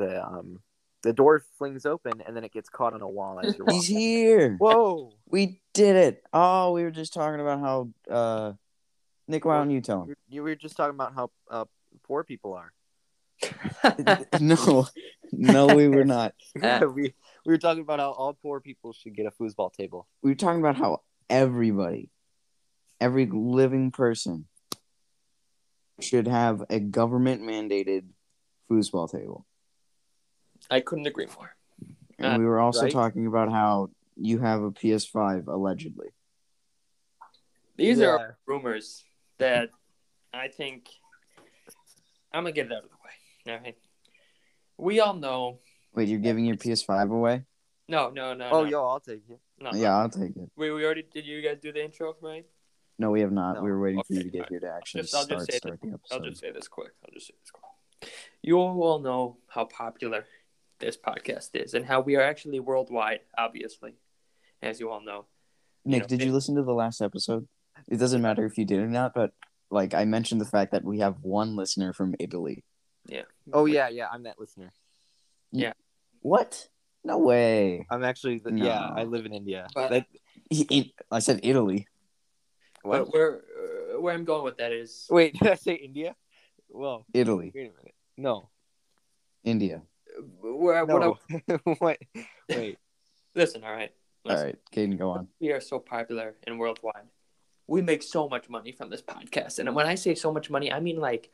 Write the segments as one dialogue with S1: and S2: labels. S1: the um the door flings open and then it gets caught on a wall as you're
S2: He's
S1: walking.
S2: here.
S1: Whoa!
S2: We did it. Oh, we were just talking about how uh Nick, why don't you tell him?
S1: You- You were just talking about how uh, poor people are.
S2: no. No, we were not.
S1: Yeah, we we were talking about how all poor people should get a foosball table.
S2: We were talking about how everybody, every living person should have a government mandated foosball table.
S3: I couldn't agree more. Uh,
S2: And we were also
S1: right.
S2: talking about how you have a PS5 allegedly.
S3: These
S1: Yeah.
S3: are rumors that I think I'm gonna get it out of the way. All right. We all know.
S2: Wait, you're giving your PS5 away?
S3: No, no, no.
S1: oh,
S3: no,
S1: yo, I'll take it.
S3: no.
S2: Yeah, I'll take it.
S3: We we already did. You guys do the intro, right?
S2: No, we have not.
S1: No.
S2: We were waiting for you
S3: Okay,
S2: to get here to actually
S3: just- I'll just
S2: start,
S3: say
S2: start the
S3: I'll
S2: episode.
S3: just say this quick. I'll just say this quick. You all know how popular this podcast is and how we are actually worldwide, obviously, as you all know.
S2: Nick,
S3: know,
S2: did
S3: it-
S2: you listen to the last episode? It doesn't matter if you did or not, but like I mentioned the fact that we have one listener from Italy.
S1: Oh yeah, yeah, I'm that listener.
S2: What? No way.
S1: I'm actually the, yeah.
S2: No.
S1: I live in India.
S3: But-
S1: That-
S2: He- it- I said Italy.
S1: what?
S3: But where uh, where I'm going with that is
S1: Wait, did I say India? Well,
S2: Italy.
S1: wait a minute. No,
S2: India.
S3: where I- what I,
S1: no. what? Wait.
S3: listen. All right.
S2: All
S3: Listen.
S2: right, Caden, go on.
S3: we are so popular and worldwide. We make so much money from this podcast. And when I say so much money, I mean like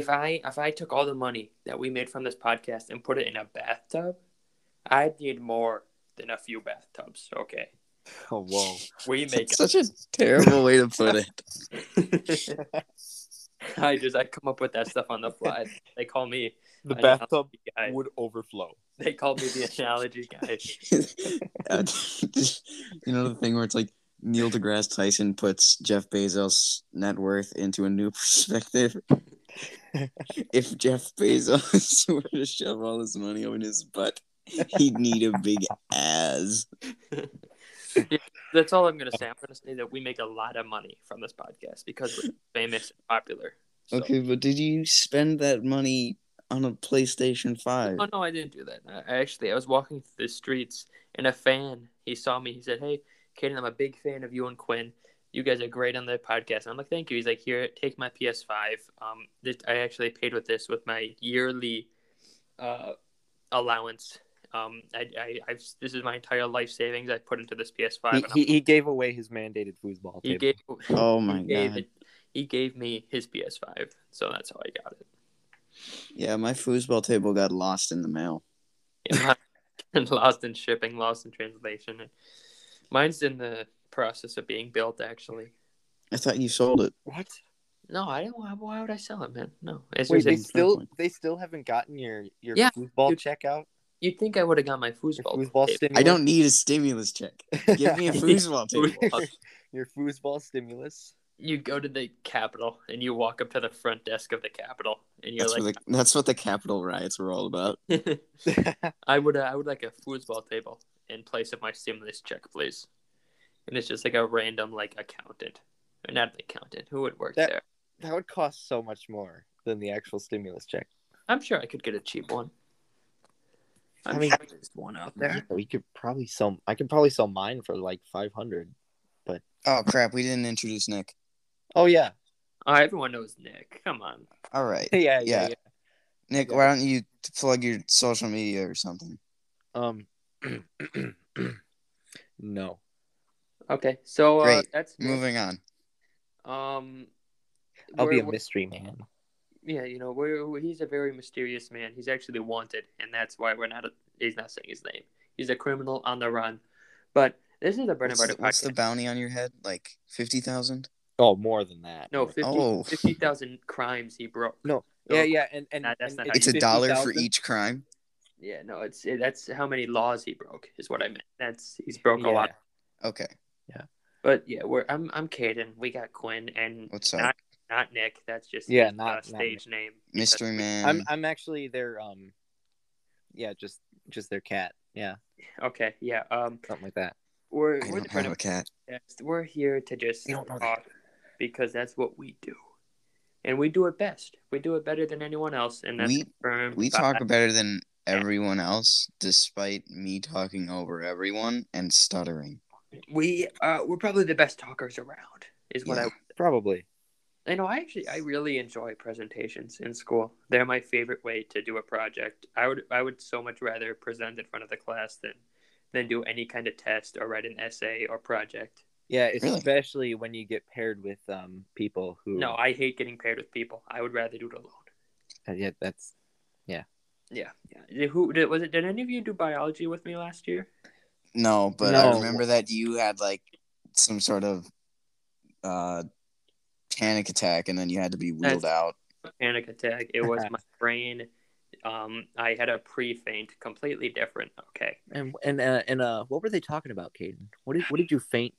S3: if I if I took all the money that we made from this podcast and put it in a bathtub, I'd need more than a few bathtubs. Okay.
S1: Oh whoa.
S3: We make
S2: Such a terrible way to put it.
S3: I just I come up with that stuff on the fly. They call me
S1: The
S3: an
S1: bathtub
S3: analogy guy.
S1: would overflow.
S3: They call me the analogy guy.
S2: Uh, just- you know the thing where it's like Neil deGrasse Tyson puts Jeff Bezos' net worth into a new perspective. if Jeff Bezos were to shove all his money up in his butt, he'd need a big ass.
S3: That's all I'm gonna say. I'm gonna say that we make a lot of money from this podcast because we're famous and popular. So-
S2: Okay, but did you spend that money on a PlayStation Five?
S3: Oh no, I didn't do that. I I actually I was walking through the streets and a fan he saw me. He said, "Hey, Kaden, I'm a big fan of you and Quinn. You guys are great on the podcast." And I'm like, "Thank you." He's like, "Here, take my PS5. Um, this, I actually paid with this with my yearly uh, allowance. Um, I, I I've this is my entire life savings I put into this PS5.
S1: He,
S3: and I'm-
S1: he, he gave away his mandated foosball table.
S3: he gave
S2: Oh my
S3: he gave,
S2: god!
S3: it, he gave me his PS5, so that's how I got it.
S2: Yeah, my foosball table got lost in the mail.
S3: Yeah, mine- lost in shipping, lost in translation. Mine's in the process of being built, actually.
S2: I thought you sold it.
S1: What?
S3: No, I don't. Why, why would I sell it, man? No, it's
S1: Wait,
S3: just,
S1: they
S2: didn't
S1: still
S2: find one.
S1: they still haven't gotten your your
S3: Yeah.
S1: foosball
S3: You-
S1: checkout.
S3: you'd think I would have got my
S1: Your
S3: foosball.
S1: foosball
S3: tip.
S1: stimulus.
S2: I don't need a stimulus check. Give me a foosball table.
S1: your foosball stimulus.
S3: You go to the Capitol and you walk up to the front desk of the Capitol, and you're
S2: That's
S3: like,
S2: what the that's what the Capitol riots were all about.
S3: "I would, uh, I would like a foosball table in place of my stimulus check, please." And it's just like a random like accountant, or not an accountant. Who would work
S1: That-
S3: there?
S1: That would cost so much more than the actual stimulus check.
S3: I'm sure I could get a cheap one.
S1: I
S3: I'm
S1: mean-
S3: sure there's one out there.
S1: Yeah, we could probably sell. I could probably sell mine for like five hundred.
S2: Oh crap, we didn't introduce Nick.
S1: Oh yeah.
S3: Oh, everyone knows Nick. Come on.
S2: All right.
S1: yeah, yeah,
S2: Yeah.
S1: yeah,
S2: Nick, why don't you plug your social media or something?
S1: Um. no.
S3: Okay, so uh,
S2: Great.
S3: that's Nick.
S2: Moving on.
S3: Um,
S1: I'll be
S3: we're-
S1: a
S3: we're-
S1: mystery man.
S3: Yeah, you know, we're, we're- he's a very mysterious man. He's actually wanted, and that's why we're not. he's not saying his name. He's a criminal on the run. But this is a bread and
S2: What's
S3: butter
S2: the, what's the
S3: podcast.
S2: bounty on your head? Like fifty thousand?
S1: Oh, more than that.
S3: No, 50
S2: Oh.
S3: 50,000 crimes he broke.
S1: No. Yeah, yeah, and and,
S3: Nah, that's
S1: and
S3: not
S2: It's a
S3: Fifty
S2: dollar for each crime.
S3: Yeah, no, it's that's how many laws he broke is what I meant. That's he's broke a lot.
S2: Okay.
S3: But yeah, we're I'm I'm Caden. We got Quinn and
S2: What's up?
S3: Not- not Nick. That's just
S1: Yeah,
S3: his,
S1: not-
S3: uh,
S1: not
S3: stage name.
S2: Mystery man.
S1: I'm I'm actually their um, yeah, just just their cat, yeah,
S3: Okay, yeah. Um,
S1: something like that.
S3: we're
S2: I
S3: we're
S2: don't
S3: the bread
S2: have
S3: and
S2: a cat.
S3: podcast. We're here to just
S1: You don't know
S3: talk because that's what we do, and we do it best. We do it better than anyone else, and that's
S2: We
S3: confirmed
S2: we
S3: by-
S2: talk better than everyone else, despite me talking over everyone and stuttering.
S3: We uh, we're probably the best talkers around. Is what
S2: Yeah.
S1: Probably.
S3: I. I know. I actually I really enjoy presentations in school. They're my favorite way to do a project. I would I would so much rather present in front of the class than than do any kind of test or write an essay or project.
S1: Yeah,
S2: Really?
S1: especially when you get paired with um people who.
S3: No, I hate getting paired with people. I would rather do it alone.
S1: Uh, yeah, that's
S3: Yeah. yeah. Who did, was it? Did any of you do biology with me last year?
S2: No, but I
S1: No.
S2: remember that you had like some sort of uh panic attack and then you had to be wheeled out.
S3: Panic attack. It was my brain. Um, I had a pre faint, completely different. Okay.
S1: and and uh, and uh, what were they talking about, Caden? What did what did you faint?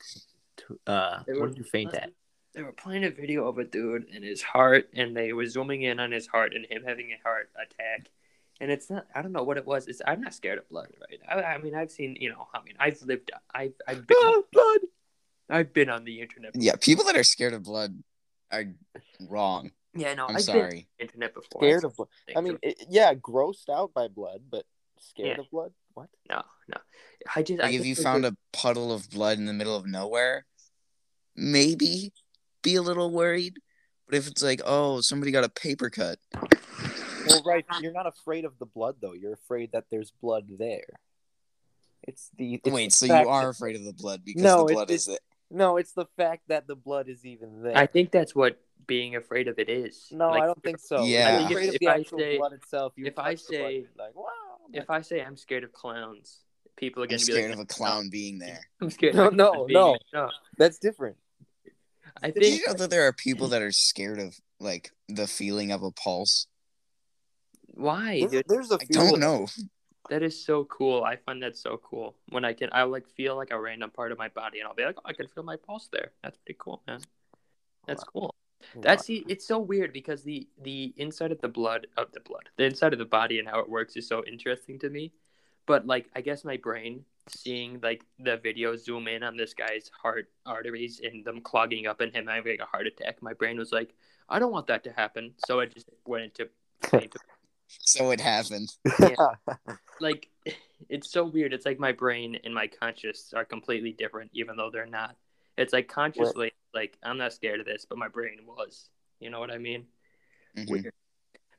S1: To, uh,
S3: They
S1: what
S3: were-
S1: did you faint at?
S3: They were playing a video of a dude and his heart, and they were zooming in on his heart and him having a heart attack. And it's not. I don't know what it was. It's. I'm not scared of blood, right? I, I mean, I've seen. You know. I mean, I've lived. I've. I've been.
S1: blood.
S3: I've been on the internet.
S2: Ah! Yeah, people that are scared of blood are wrong.
S3: Yeah. No.
S2: I'm
S3: have Been on
S2: sorry.
S3: the internet before.
S1: Scared of blood. I
S3: Thank
S1: mean,
S3: you.
S1: it, yeah, grossed out by blood, but scared
S3: Yeah.
S1: of blood. What?
S3: No. No. I just. I
S2: Like if
S3: just
S2: you
S3: think
S2: found
S3: that-
S2: a puddle of blood in the middle of nowhere, maybe be a little worried. But if it's like, oh, somebody got a paper cut,
S1: Well, right. You're not afraid of the blood, though. You're afraid that there's blood there. It's the it's
S2: wait,
S1: the
S2: so you
S1: fact
S2: are
S1: that-
S2: afraid of the blood because
S1: No,
S2: the
S1: it-
S2: blood
S1: it-
S2: is it.
S1: No, it's the fact that the blood is even there.
S3: I think that's what being afraid of it is.
S1: no,
S3: Like,
S1: I don't think so.
S2: Yeah.
S1: You're afraid of
S3: If
S1: the
S3: I
S1: actual
S3: say-
S1: blood itself. You
S3: if I
S1: touch the blood,
S3: say-
S1: you're like, wow.
S3: If I say I'm scared of clowns, people are
S2: I'm
S3: gonna be
S2: scared
S3: like,
S2: of a clown being there.
S3: I'm scared.
S1: No,
S3: of a
S1: no,
S3: clown
S1: no.
S3: being- no.
S1: That's different.
S3: I
S2: Did you
S3: think
S2: know that there are people that are scared of like the feeling of a pulse?
S3: why
S1: There's,
S3: dude?
S1: there's a
S2: I
S1: few.
S2: don't know.
S3: that is so cool. I find that so cool when I can. I like feel like a random part of my body, and I'll be like, oh, I can feel my pulse there. That's pretty cool, man. That's cool. That's the- it's so weird because the the inside of the blood of the blood, the inside of the body and how it works is so interesting to me. But like I guess my brain seeing like the video zoom in on this guy's heart arteries and them clogging up and him having a heart attack, my brain was like, I don't want that to happen. So it just went into into-
S2: So it happened.
S3: like it's so weird. It's like my brain and my conscious are completely different even though they're not. It's like consciously like I'm not scared of this, but my brain was. You know what I mean?
S2: Mhm.
S3: weird.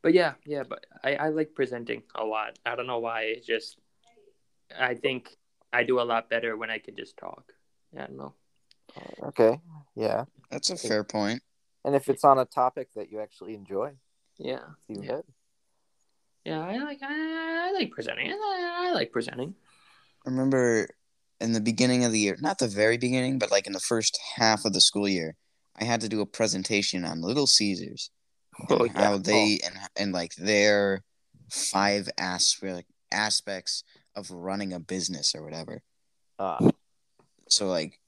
S3: But yeah, yeah, but I, I like presenting a lot. I don't know why. It's just I think I do a lot better when I can just talk. I don't know.
S1: okay. Yeah.
S2: That's a fair point.
S1: And if it's on a topic that you actually enjoy,
S3: Yeah.
S1: it's even
S3: Yeah.
S1: better.
S3: Yeah, I like I, I like presenting. I, I like presenting.
S2: I remember in the beginning of the year, not the very beginning, but like in the first half of the school year, I had to do a presentation on Little Caesars
S3: Oh,
S2: and how they and and like their five aspect aspects of running a business or whatever.
S1: Uh,
S2: So like,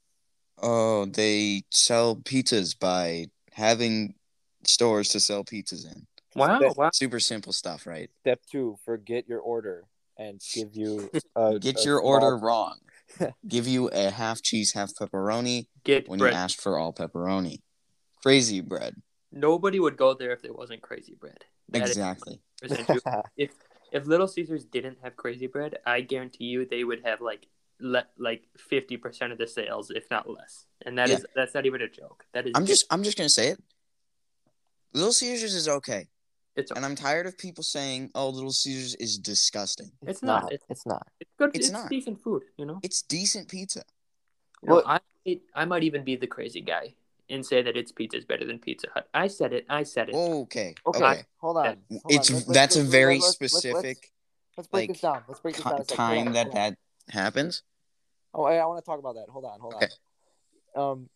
S2: oh, they sell pizzas by having stores to sell pizzas in.
S3: Oh, Wow,
S1: Step-
S3: wow.
S2: Super simple stuff, right?
S1: Step two: forget your order and give you a,
S2: Get
S1: a
S2: your
S1: small-
S2: order wrong. Give you a half cheese, half pepperoni
S3: Get
S2: when
S3: bread.
S2: you asked for all pepperoni. Crazy bread.
S3: Nobody would go there if there wasn't crazy bread. That is
S2: Exactly.
S3: 100% true. if if Little Caesars didn't have crazy bread, I guarantee you they would have like le- like 50% of the sales if not less. And that is
S2: Yeah.
S3: that's not even a joke. That is
S2: I'm just I'm just gonna say it. Little Caesars is okay.
S3: it's
S2: And I'm tired of people saying, oh, Little Caesars is disgusting.
S3: It's not. It's-
S1: It's not.
S3: It's good.
S2: It's
S3: It's,
S2: not.
S3: decent food, you know.
S2: It's decent pizza.
S3: You know,
S1: Well-
S3: I it, I might even be the crazy guy and say that its pizza is better than Pizza Hut. I said it. I said it.
S2: Okay.
S1: Okay,
S2: Okay.
S1: hold on. Hold on. Let's-
S2: It's
S1: let's-
S2: that's a
S1: let's-
S2: very
S1: let's- let's-
S2: specific
S1: Let's, let's break
S2: like,
S1: this down. Let's break this down.
S2: co-
S1: a second. Hold
S2: time
S1: on,
S2: that
S1: hold on.
S2: that happens.
S1: Oh, I, I want to talk about that. Hold on, hold
S2: Okay.
S1: on. Um,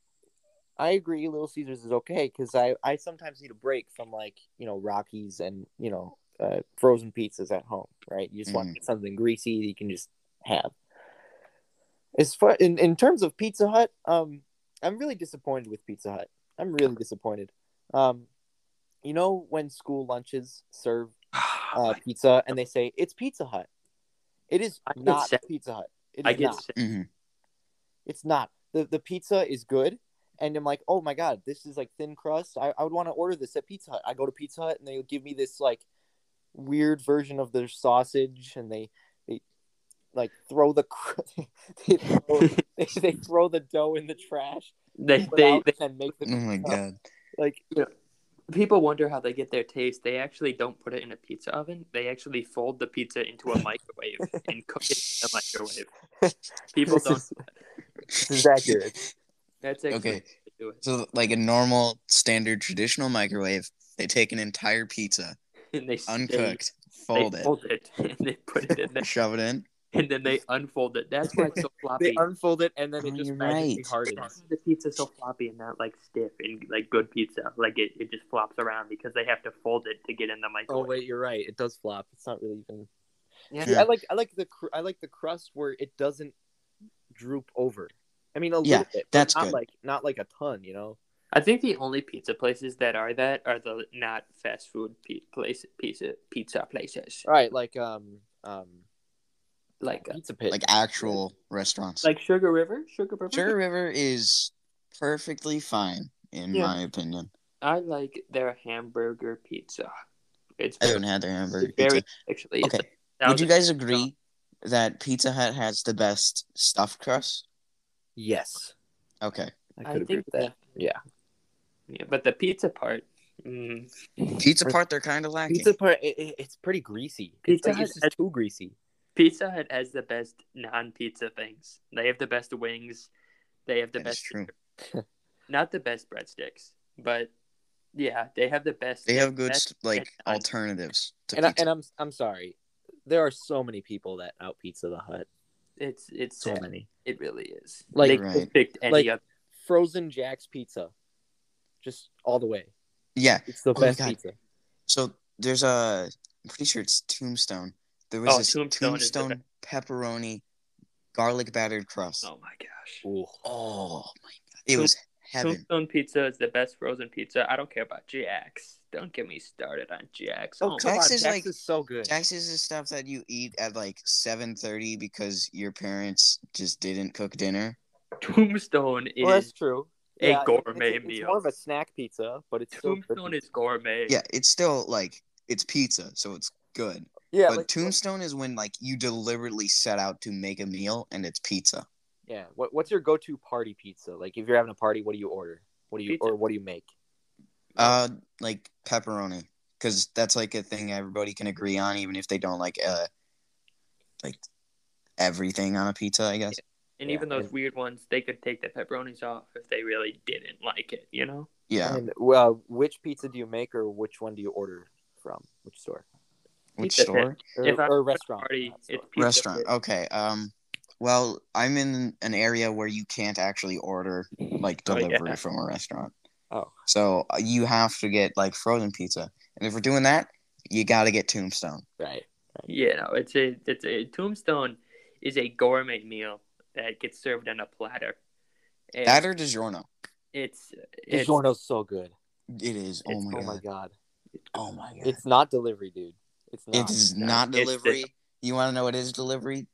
S1: I agree. Little Caesars is okay because I I sometimes need a break from like you know Rockies and you know uh, frozen pizzas at home. Right, you just
S2: Mhm.
S1: want something greasy that you can just have. As far in in terms of Pizza Hut, um, I'm really disappointed with Pizza Hut. I'm really disappointed. Um, you know when school lunches serve uh, pizza and they say it's Pizza Hut. It is
S3: I get
S1: not
S3: sick.
S1: Pizza Hut. It is
S3: I get
S1: not.
S3: sick.
S2: hmm
S1: It's not. The the pizza is good. And I'm like, oh my god, this is like thin crust. I, I would want to order this at Pizza Hut. I go to Pizza Hut and they give me this like weird version of their sausage, and they they like throw the cr- they, throw, they, they throw the dough in the trash,
S3: They,
S1: put
S3: they,
S1: out,
S3: they
S1: and make the
S2: Oh my god.
S1: like
S3: people wonder how they get their taste. They actually don't put it in a pizza oven. They actually fold the pizza into a microwave and cook it in the microwave. People
S1: this
S3: don't.
S1: is, this is accurate.
S3: That's actually
S2: Okay.
S3: how they do it.
S2: So like a normal standard traditional microwave, they take an entire pizza,
S3: And they
S2: uncooked,
S3: They,
S2: fold
S3: they
S2: it,
S3: fold it and they put it in there
S2: shove it in.
S3: and then they unfold it. That's why it's so floppy.
S1: They unfold it and then it
S2: Oh,
S1: just
S2: you're
S1: magically
S2: right.
S1: hardens.
S3: That's why the pizza's so floppy and not like stiff and like good pizza. Like it, it just flops around because they have to fold it to get in the
S1: Oh
S3: microwave.
S1: wait, you're right. It does flop. It's not really even.
S3: Yeah.
S1: See, I like I like the cr- I like the crust where it doesn't droop over. I mean, a
S2: Yeah,
S1: little bit. but
S2: that's
S1: not
S2: good.
S1: like not like a ton, you know.
S3: I think the only pizza places that are that are the not fast food pe- place pizza pizza places
S1: All right, like um um
S3: like uh,
S1: pizza pit.
S2: Like actual restaurants.
S3: like Sugar River. Sugar River.
S2: Sugar River is perfectly fine in
S3: Yeah.
S2: my opinion.
S3: I like their hamburger pizza. It's
S2: I haven't had their hamburger
S3: very
S2: pizza.
S3: actually. it's
S2: Okay.
S3: a
S2: Would you
S3: thousand-
S2: guys agree that Pizza Hut has the best stuffed crust?
S1: yes,
S2: Okay.
S1: I
S3: I
S1: could agree
S3: think
S1: with that. Yeah,
S3: Yeah, but the pizza part. Mm,
S2: Pizza part they're kind of lacking.
S1: pizza part. It, it- it's pretty greasy. It's,
S3: Pizza
S1: like, it's
S3: Hut
S1: just too greasy.
S3: Pizza Hut has the best non-pizza things. They have the best wings. They have the
S2: That is
S3: best,
S2: true.
S3: not the best breadsticks, but yeah, they have the best.
S2: They have good
S3: best-
S2: s- like
S3: and-
S2: alternatives to
S1: And I,
S2: pizza.
S1: and I'm I'm sorry. There are so many people that out pizza the hut.
S3: It's it's
S1: So
S3: sad.
S1: many.
S3: It really is.
S1: Like-
S3: they could
S2: Right.
S3: pick any
S1: Like-
S3: other.
S1: Frozen Jack's pizza, just all the way.
S2: yeah.
S1: It's the
S2: Oh my
S1: best
S2: God.
S1: pizza.
S2: So there's a I'm pretty sure it's Tombstone. There was
S3: Oh,
S2: this
S3: Tombstone
S2: Tombstone,
S3: is the
S2: pepperoni garlic battered crust.
S3: Oh my gosh.
S1: Ooh.
S2: Oh my god. It
S3: Tomb-
S2: was heaven.
S3: Tombstone pizza is the best frozen pizza. I don't care about Jax. Don't get me started on Jax.
S1: Oh,
S3: my
S1: come
S2: Jack's
S1: on,
S2: is
S1: Jack's
S2: like-
S1: is so good.
S2: Jax's is stuff that you eat at like 7:30 because your parents just didn't cook dinner.
S3: Tombstone is
S1: well, that's true.
S3: a gourmet
S1: it's, It's
S3: meal.
S1: more of a snack pizza, but it's still
S3: Tombstone is gourmet.
S2: Yeah, it's still like it's pizza, so it's good.
S1: yeah,
S2: but
S1: like-
S2: Tombstone is when like you deliberately set out to make a meal and it's pizza.
S1: Yeah. What, what's your go-to party pizza? Like, if you're having a party, what do you order? What do you
S3: Pizza.
S1: or what do you make?
S2: Uh, like pepperoni, because that's like a thing everybody can agree on, even if they don't like uh, like everything on a pizza. I guess.
S3: And
S1: Yeah,
S3: even those
S1: and-
S3: weird ones, they could take the pepperonis off if they really didn't like it, you know?
S2: Yeah.
S1: And well, which pizza do you make, or which one do you order from? Which store
S2: Which
S3: Pizza Hut
S2: store?
S1: or,
S3: If I'm
S1: or
S3: at a
S1: restaurant?
S3: party,
S1: not store.
S3: it's Pizza
S2: Restaurant.
S3: Hut.
S2: Okay. Um. Well, I'm in an area where you can't actually order like
S3: Oh, yeah.
S2: delivery from a restaurant,
S1: oh,
S2: so uh, you have to get like frozen pizza. And if we're doing that, you gotta get Tombstone.
S1: right.
S3: Yeah, no, it's a it's a tombstone is a gourmet meal that gets served on a platter. And
S2: That or DiGiorno.
S3: it's it's
S1: DiGiorno's so good.
S2: It is. Oh
S3: It's-
S2: my
S1: Oh
S2: god.
S1: my god.
S2: Oh my god.
S1: It's not delivery, dude. It's not.
S2: It is
S3: no,
S2: not
S3: it's different.
S2: delivery. you want to know what is delivery?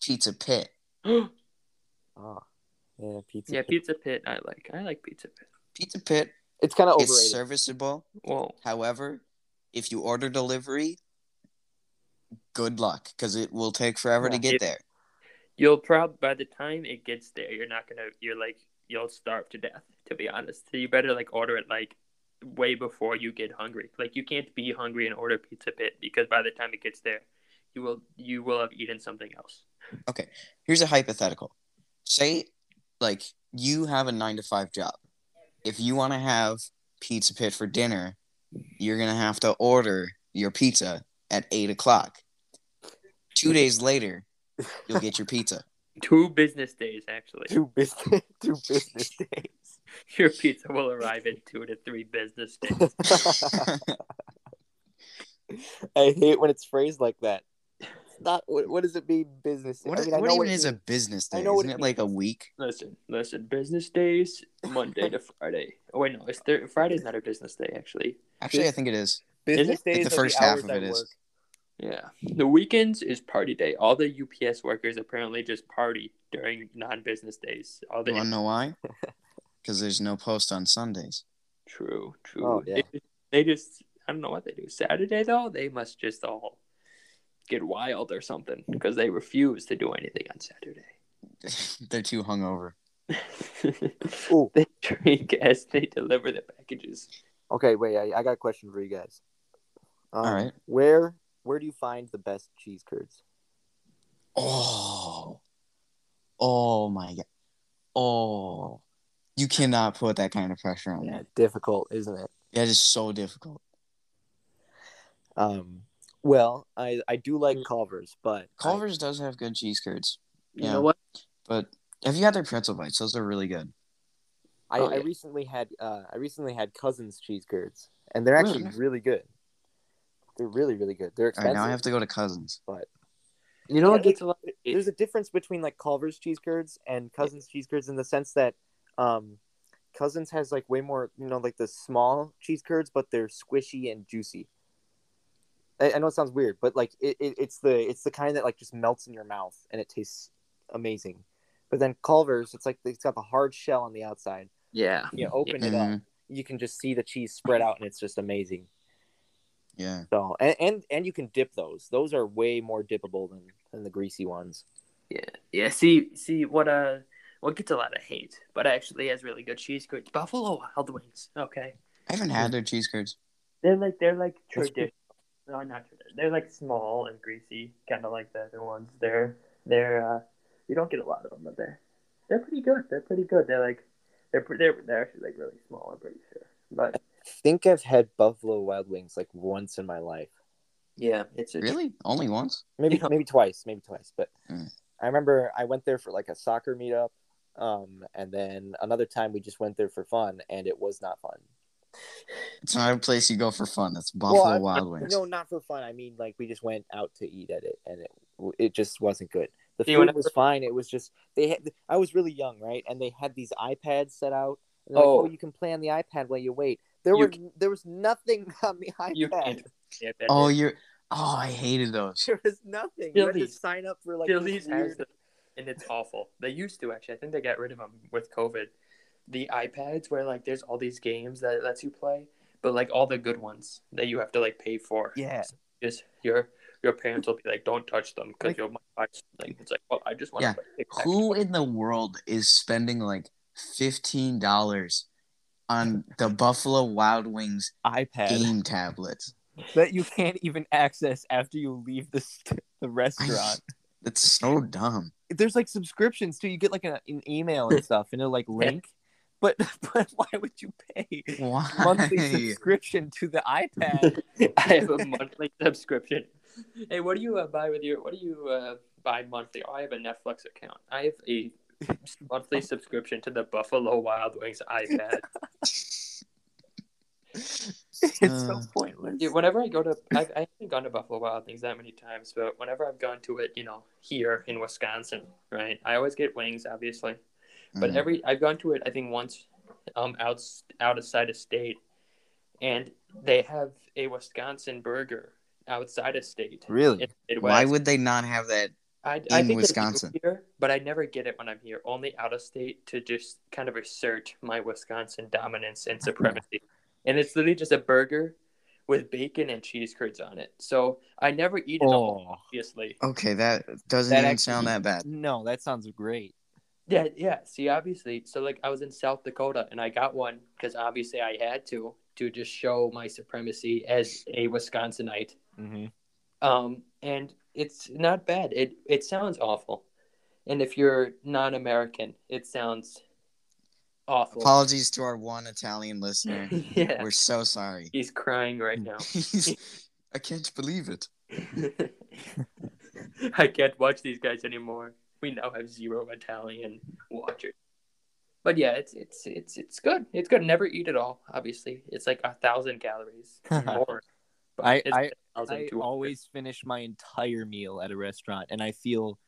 S2: Pizza Pit.
S1: Oh, yeah, pizza.
S3: yeah, Pizza Pit. I like I like Pizza Pit.
S2: Pizza Pit
S1: It's kind of overrated.
S2: is serviceable.
S3: Well,
S2: However, if you order delivery, good luck because it will take forever to
S1: Yeah.
S2: get
S3: It-
S2: there.
S3: you'll probably by the time it gets there, you're not gonna you're like you'll starve to death. To be honest, so you better like order it like way before you get hungry. Like you can't be hungry and order Pizza Pit because by the time it gets there, you will you will have eaten something else.
S2: Here's a hypothetical. Say, like, you have a nine to five job. If you want to have Pizza Pit for dinner, you're going to have to order your pizza at eight o'clock. Two days later, you'll get your pizza.
S3: Two business days actually.
S1: Two business, two business
S3: Your pizza will arrive in two to three business days.
S1: days. I hate when it's phrased like that. It's not what, what does it mean business?
S2: What,
S1: I mean, I
S2: what
S1: know
S2: even
S1: it
S2: is a
S1: means.
S2: business
S1: I
S2: day?
S1: know what
S2: Isn't
S1: it
S2: it like a week?
S3: Listen, listen. Business days, Monday to Friday. Oh wait, no, it's thir- Friday's not a business day actually.
S2: Actually, I think it is.
S1: business days?
S2: Like, the
S1: are
S2: first half
S1: hours
S2: of
S1: I
S2: it is.
S1: work.
S3: Yeah, the weekends is party day. All the UPS workers apparently just party during non-business days. All
S2: You
S3: the
S2: want to Oh, know why? Because there's no post on Sundays.
S3: true, true.
S1: Oh, yeah.
S3: They, just- they just I don't know what they do. Saturday though, they must just all get wild or something because they refuse to do anything on
S2: They're too hungover.
S3: Saturday.
S1: Ooh,
S3: they drink as they deliver the packages.
S1: okay, wait. I, I got a question for you guys. Um,
S2: All right.
S1: Where where do you find the best cheese curds?
S2: Oh, oh my god. Oh, you cannot put that kind of pressure on that.
S1: difficult, isn't it?
S2: That is so difficult.
S1: Um, well, I I do like
S3: Mm.
S1: Culver's, but I-
S2: Culver's does have good cheese curds,
S3: You
S2: Yeah.
S3: know what?
S2: but have you had their pretzel bites? Those are really good.
S1: I,
S3: Oh,
S1: I
S3: yeah.
S1: recently had uh, I recently had cousins cheese curds, and they're actually
S2: Really?
S1: really good. They're really really good. They're
S2: All right,
S1: expensive.
S2: now I have to go to cousins.
S1: You know,
S3: Yeah,
S1: what gets
S3: that's a lot-
S1: there's a difference between like Culver's cheese curds and Cousins cheese curds in the sense that um, Cousins has like way more, you know, like the small cheese curds, but they're squishy and juicy. I, I know it sounds weird, but like it, it, it's the it's the kind that like just melts in your mouth and it tastes amazing. But then Culver's, it's like it's got the hard shell on the outside.
S3: yeah.
S1: You open it up,
S2: Mhm,
S1: you can just see the cheese spread out, and it's just amazing.
S2: Yeah.
S1: So and and, and you can dip those. Those are way more dippable than than the greasy ones.
S3: Yeah, see, see what uh, what gets a lot of hate, but actually has really good cheese curds. Buffalo Wild Wings. Okay,
S2: I haven't had their cheese curds.
S3: they're like they're like
S1: That's
S3: traditional. No, not traditional. They're like small and greasy, kind of like the other ones. They're they're uh, you don't get a lot of them, but they're they're pretty good. They're pretty good. They're like they're pre- they're they're actually like really small. I'm pretty sure, but
S1: think I've had Buffalo Wild Wings like once in my life.
S3: yeah, it's a
S2: Really? Only once?
S1: Maybe
S3: Yeah.
S1: maybe twice, maybe twice. But
S2: Mm.
S1: I remember I went there for like a soccer meetup. Um, and then another time we just went there for fun and it was not fun.
S2: It's not a place you go for fun. That's Buffalo
S1: I-
S2: Wild Wings.
S1: No, not for fun. I mean, like we just went out to eat at it and it it just wasn't good. The
S3: You
S1: food
S3: wanna-
S1: was fine. It was just they had I was really young, right? And they had these iPads set out. And they're
S3: Oh.
S1: like, oh, you can play on the iPad while you wait. There
S3: You
S1: were there was nothing on the iPad.
S3: you can't. Yeah, that
S2: oh,
S3: is-
S2: you're. Oh, I hated those.
S1: There was nothing. You had to
S3: Chili's.
S1: sign up for like
S3: Chili's
S1: this weird-
S3: has them, and it's awful. They used to actually. I think they got rid of them with COVID. The iPads where like there's all these games that it lets you play, but like all the good ones that you have to like pay for.
S1: Yeah.
S3: Just your your parents will be like, "Don't touch them because
S1: Like-
S3: you'll might buy something." It's like, well, I just want
S2: Yeah.
S3: to play. Tic Tac
S2: Who
S3: Toe."
S2: in the world is spending like fifteen dollars on the Buffalo Wild Wings
S1: iPad
S2: game tablets?
S1: that you can't even access after you leave the st- the restaurant.
S2: That's so dumb.
S1: There's like subscriptions too. You get like a, an email and stuff, and it'll like link. But but why would you pay
S2: Why?
S1: monthly subscription to the iPad?
S3: I have a monthly subscription. Hey, what do you uh, buy with your? What do you uh, buy monthly? Oh, I have a Netflix account. I have a monthly subscription to the Buffalo Wild Wings iPad.
S1: It's so
S2: Uh,
S1: pointless.
S3: Yeah, whenever I go to, I've, I haven't gone to Buffalo Wild Wings that many times, but whenever I've gone to it, you know, here in Wisconsin, right, I always get wings, obviously. But
S2: Mhm.
S3: every I've gone to it, I think once, um, out outside of state, and they have a Wisconsin burger outside of state.
S2: Really?
S3: in the
S2: Why
S3: Midwest.
S2: would they not have that?
S3: I, I
S2: in
S3: think they do
S2: Wisconsin?
S3: Here, but I never get it when I'm here. Only out of state to just kind of assert my Wisconsin dominance and supremacy. and it's literally just a burger with bacon and cheese curds on it. So I never eat it. all,
S1: Oh
S3: Obviously,
S2: Okay, that doesn't
S1: That
S2: even
S1: actually-
S2: sound that bad.
S1: no, that sounds great.
S3: yeah, yeah. See, obviously, so like I was in South Dakota and I got one because obviously I had to to just show my supremacy as a Wisconsinite.
S1: Mm-hmm.
S3: um, and it's not bad. It it sounds awful, and if you're non-American, it sounds awful.
S2: Apologies to our one Italian listener.
S3: yeah,
S2: We're so sorry.
S3: he's crying right now.
S2: I can't believe it.
S3: I can't watch these guys anymore. We now have zero Italian watchers. But yeah, it's it's it's it's good. It's good. Never eat it all. Obviously, it's like a thousand calories more. But
S1: I-
S3: it's
S1: I-
S3: 1,200.
S1: I always finish my entire meal at a restaurant, and I feel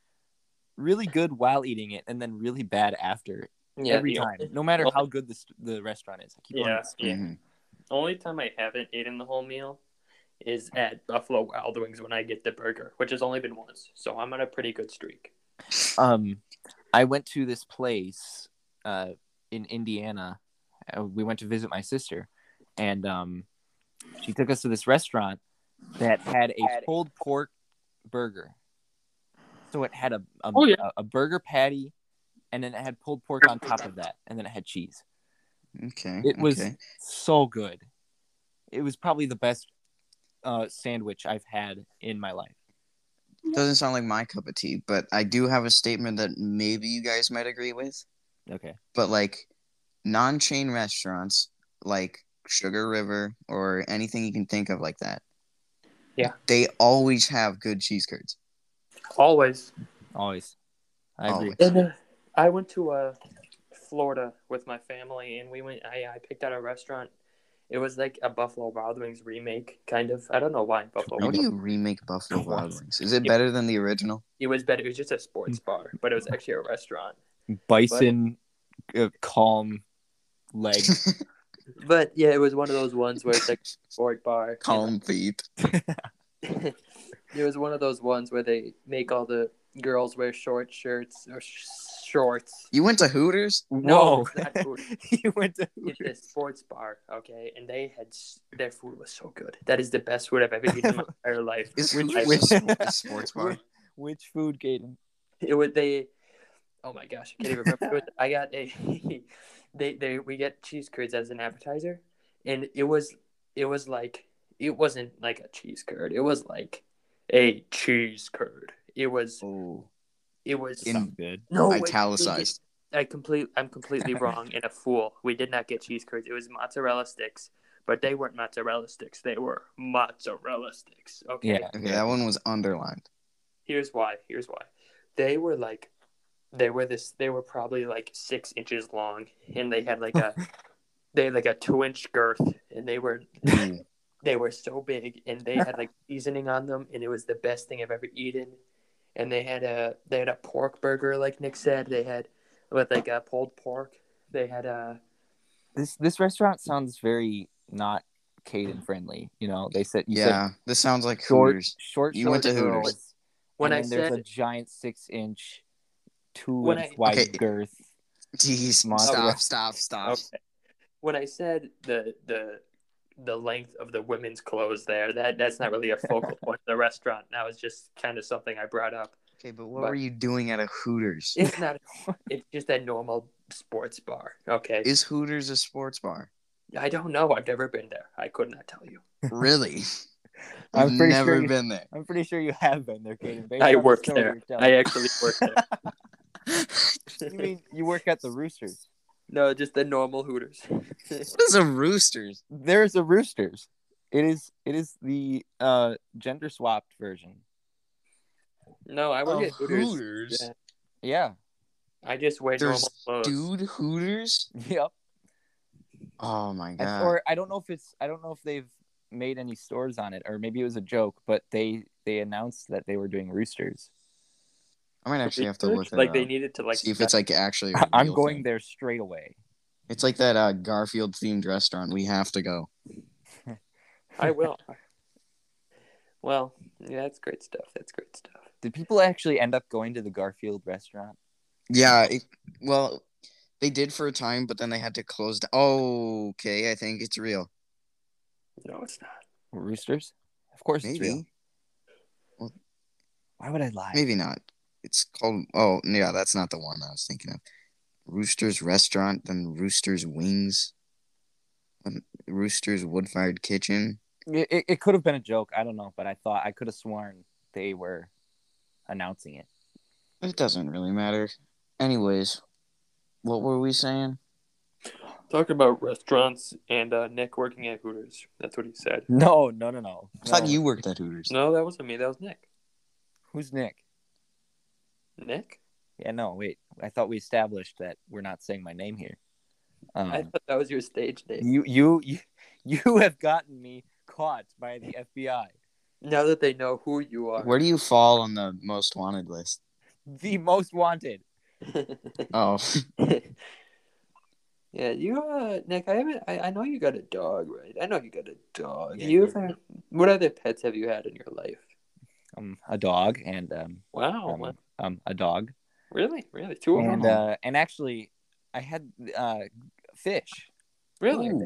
S1: really good while eating it, and then really bad after
S3: yeah,
S1: every
S3: the
S1: time,
S3: only-
S1: no matter
S3: only-
S1: how good the, st- the restaurant is. I keep
S3: Yeah,
S1: yeah.
S3: yeah.
S2: Mhm.
S3: Only time I haven't eaten the whole meal is at Buffalo Wild Wings when I get the burger, which has only been once. So I'm on a pretty good streak.
S1: Um, I went to this place uh, in Indiana. Uh, We went to visit my sister, and um, she took us to this restaurant that had a pulled pork burger. So it had a a,
S3: Oh, yeah.
S1: a, a burger patty, and then it had pulled pork on top of that, and then it had cheese.
S2: Okay.
S1: It was
S2: okay.
S1: so good. It was probably the best uh, sandwich I've had in my life.
S2: doesn't sound like my cup of tea, but I do have a statement that maybe you guys might agree with.
S1: Okay.
S2: But like non-chain restaurants like Sugar River or anything you can think of like that.
S3: Yeah.
S2: They always have good cheese curds.
S3: Always.
S1: Always. I agree.
S2: Always.
S3: And, uh, I went to uh, Florida with my family, and we went. I, I picked out a restaurant. It was like a Buffalo Wild Wings remake, kind of. I don't know why Buffalo.
S2: How
S3: Wild
S2: do you remake Buffalo Wild
S1: What?
S2: Wings? Is it
S3: Yeah.
S2: better than the original?
S3: It was better. It was just a sports bar, but it was actually a restaurant.
S1: Bison, uh, calm, leg.
S3: But yeah, it was one of those ones where it's like a sport bar.
S2: Calm feet.
S3: it was one of those ones where they make all the girls wear short shirts or sh- shorts.
S2: You went to Hooters?
S1: Whoa.
S3: it's not food.
S1: you went to
S3: It's a sports bar, okay, and they had s- their food was so good. That is the best food I've ever eaten in my entire life.
S2: Is
S1: Which-
S2: Hooters
S1: which-
S2: a sports- sports bar?
S1: which food, Gaten?
S3: It would they. Oh my gosh, I can't even remember. It was- I got a. they they we get cheese curds as an appetizer, and it was it was like it wasn't like a cheese curd. It was like a cheese curd. It was
S2: Oh,
S3: it was
S2: In-
S1: good.
S3: no way.
S2: italicized.
S3: I complete. I'm completely wrong and a fool. We did not get cheese curds. It was mozzarella sticks, but they weren't mozzarella sticks. They were mozzarella sticks. Okay.
S1: Yeah.
S2: Okay, that one was underlined.
S3: Here's why. Here's why. They were like, they were this. They were probably like six inches long, and they had like a, they had like a two inch girth, and they were
S2: Ooh.
S3: they were so big, and they had like seasoning on them, and it was the best thing I've ever eaten. And they had a they had a pork burger, like Nick said. They had with like a pulled pork. They had a
S1: This this restaurant sounds very not Caden friendly. You know, they said you said
S2: yeah, this sounds like
S1: short
S2: Hooters.
S1: short.
S2: You went
S1: short
S2: to Hooters.
S1: girls,
S3: when
S1: and
S3: I
S1: then there's
S3: said
S1: a giant six inch, two
S3: When
S1: inch
S3: I-
S1: wide
S2: Okay.
S1: girth.
S2: Jeez,
S1: Monster.
S2: stop, stop, stop.
S3: Okay. when I said the the the length of the women's clothes there that that's not really a focal point of the restaurant. That was just kind of something I brought up.
S2: Okay, but what
S3: But-
S2: were you doing at a Hooters?
S3: It's not. it's just a normal sports bar. Okay.
S2: Is Hooters a sports bar?
S3: I don't know. I've never been there. I could not tell you.
S2: Really?
S1: I'm
S2: I've
S1: pretty
S2: never
S1: sure you-
S2: been there.
S1: I'm pretty sure you have been there, Caden. based
S3: I
S1: on the
S3: work
S1: story
S3: there.
S1: you're telling.
S3: I actually worked there.
S1: You mean you work at the Roosters?
S3: no, just the normal Hooters.
S2: What is a Roosters?
S1: There's a Roosters. It is it is the uh gender swapped version.
S3: no, I work
S2: A
S3: at Hooters.
S2: Oh, Hooters?
S3: Yeah.
S1: Yeah.
S3: I just wear
S2: There's
S3: normal clothes.
S2: Dude, Hooters?
S1: Yep.
S2: Oh my
S1: I-
S2: god.
S1: or I don't know if it's I don't know if they've made any stores on it or maybe it was a joke, but they they announced that they were doing roosters.
S2: I might actually have to look that
S3: like
S2: up.
S3: they needed to like
S2: see if it's like actually. i
S1: I'm going there straight away.
S2: It's like that uh, Garfield themed restaurant. We have to go.
S3: I will. Well, yeah, that's great stuff. That's great stuff.
S1: Did people actually end up going to the Garfield restaurant?
S2: Yeah. It, well, they did for a time, but then they had to close. Down. Oh, okay. I think it's real.
S3: No, it's not.
S1: Roosters? Of course it's real.
S2: Maybe.
S1: Why would I lie?
S2: Maybe not. It's called. Oh, yeah. That's not the one I was thinking of. Rooster's Restaurant, then Rooster's Wings, um, Rooster's Wood Fired Kitchen.
S1: It, it, it could have been a joke. I don't know, but I thought I could have sworn they were announcing it.
S2: It doesn't really matter. Anyways, what were we saying?
S3: Talking about restaurants and uh, Nick working at Hooters. That's what he said.
S1: No, no, no, no.
S2: I thought
S1: No.
S2: you worked at Hooters.
S3: No, that wasn't me. That was Nick.
S1: Who's Nick?
S3: Nick?
S1: Yeah, no, wait. I thought we established that we're not saying my name here. Um,
S3: I thought that was your stage name.
S1: you you you you have gotten me caught by the FBI.
S3: Now that they know who you are.
S2: Where do you fall on the most wanted list?
S1: The most wanted.
S2: Oh,
S3: yeah, you, uh, Nick, I haven't. I, I know you got a dog, right? I know you got a dog.
S1: Yeah,
S3: you
S1: yeah.
S3: ever- What other pets have you had in your life?
S1: Um, a dog and um,
S3: Wow.
S1: um, um, a dog
S3: Really? Really? Two of them?
S1: and uh, and actually I had uh fish.
S3: Really?
S2: Ooh.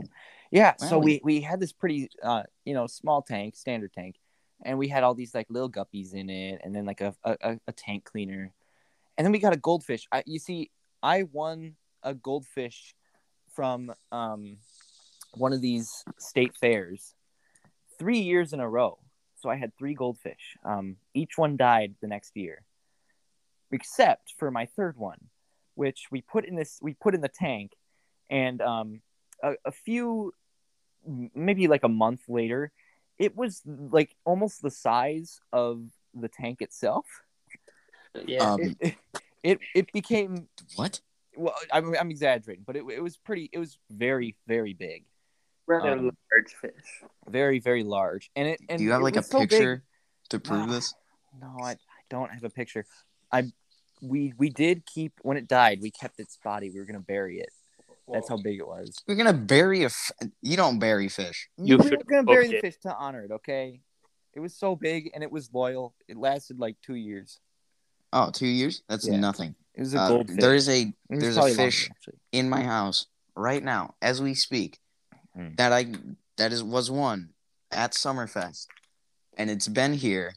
S1: Yeah, so
S2: Wow.
S1: we we had this pretty uh you know small tank, standard tank, and we had all these like little guppies in it, and then like a a, a- a tank cleaner, and then we got a goldfish. I you see, I won a goldfish from um one of these state fairs three years in a row. So I had three goldfish. Um, each one died the next year, except for my third one, which we put in this we put in the tank, and um, a, a few m- maybe like a month later, it was like almost the size of the tank itself.
S3: Yeah.
S2: Um,
S1: It, it, it, it became
S2: what?
S1: well, I'm, I'm exaggerating, but it, it was pretty, it was very, very big,
S3: rather
S1: um,
S3: large fish.
S1: very, very large. And it, and
S2: Do you have
S1: it
S2: like a
S1: was so big-
S2: picture to prove
S1: Nah.
S2: this?
S1: No, I, I don't have a picture. I we we did keep when it died. We kept its body. We were gonna bury it. That's how big it was.
S2: You're gonna bury a. F- you don't bury fish.
S3: You
S1: we were
S3: should
S1: gonna bury
S3: book
S1: the
S3: it.
S1: fish to honor it. Okay, it was so big and it was loyal. It lasted like two years.
S2: Oh, two years? That's
S1: Yeah.
S2: nothing.
S1: It was a
S2: Uh,
S1: goldfish.
S2: there is a
S1: It was
S2: there's a
S1: probably longer,
S2: fish.
S1: actually.
S2: in my house right now as we speak
S1: Hmm.
S2: that I that is was one at Summerfest, and it's been here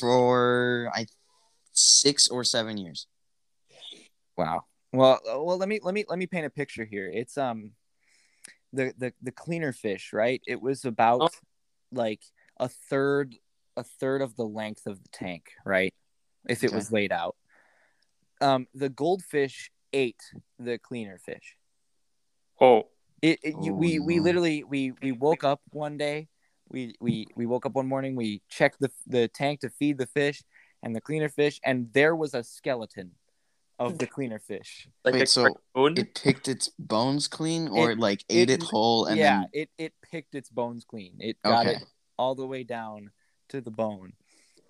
S2: for I six or seven years.
S1: Wow. Well, uh, well, let me let me let me paint a picture here. It's um, the the the cleaner fish, right? It was about
S3: Oh.
S1: like a third a third of the length of the tank, right? If it
S2: Okay.
S1: was laid out. Um, the goldfish ate the cleaner fish.
S3: Oh,
S1: It, it you,
S2: Oh,
S1: we we
S2: no.
S1: literally we we woke up one day. We we we woke up one morning. We checked the the tank to feed the fish and the cleaner fish, and there was a skeleton of the cleaner fish.
S3: like
S2: Wait,
S3: a
S2: so
S3: cartoon?
S2: It picked its bones clean, or
S1: Mm-hmm. It-
S2: it, like ate
S1: it-
S2: it, whole, and
S1: yeah,
S2: then
S1: it it picked its bones clean. It got
S2: Okay.
S1: it all the way down to the bone,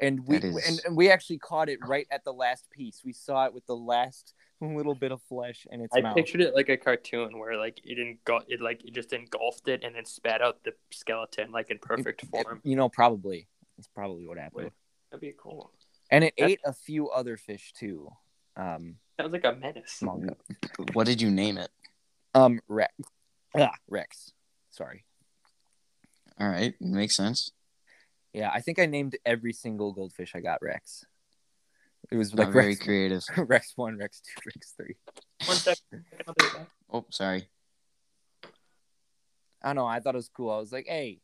S1: and we
S2: That is-
S1: and, and we actually caught it right at the last piece. We saw it with the last little bit of flesh in its
S3: I
S1: mouth.
S3: pictured it like a cartoon where like it engul- it like it just engulfed it and then spat out the skeleton like in perfect form.
S1: Eh, You know, probably that's probably what happened.
S3: Wait. That'd be cool.
S1: And it
S3: That-
S1: ate a few other fish too. Um,
S3: Sounds like a menace.
S1: small goat.
S2: what did you name it?
S1: um, Rex. Ah, Rex. Sorry.
S2: All right, makes sense.
S1: Yeah, I think I named every single goldfish I got Rex. It was
S2: Not
S1: like
S2: very
S1: Rex,
S2: creative.
S1: Rex one, Rex two, Rex three.
S3: One second. I'll be back.
S2: Oh, sorry.
S1: I don't know. I thought it was cool. I was like, "Hey,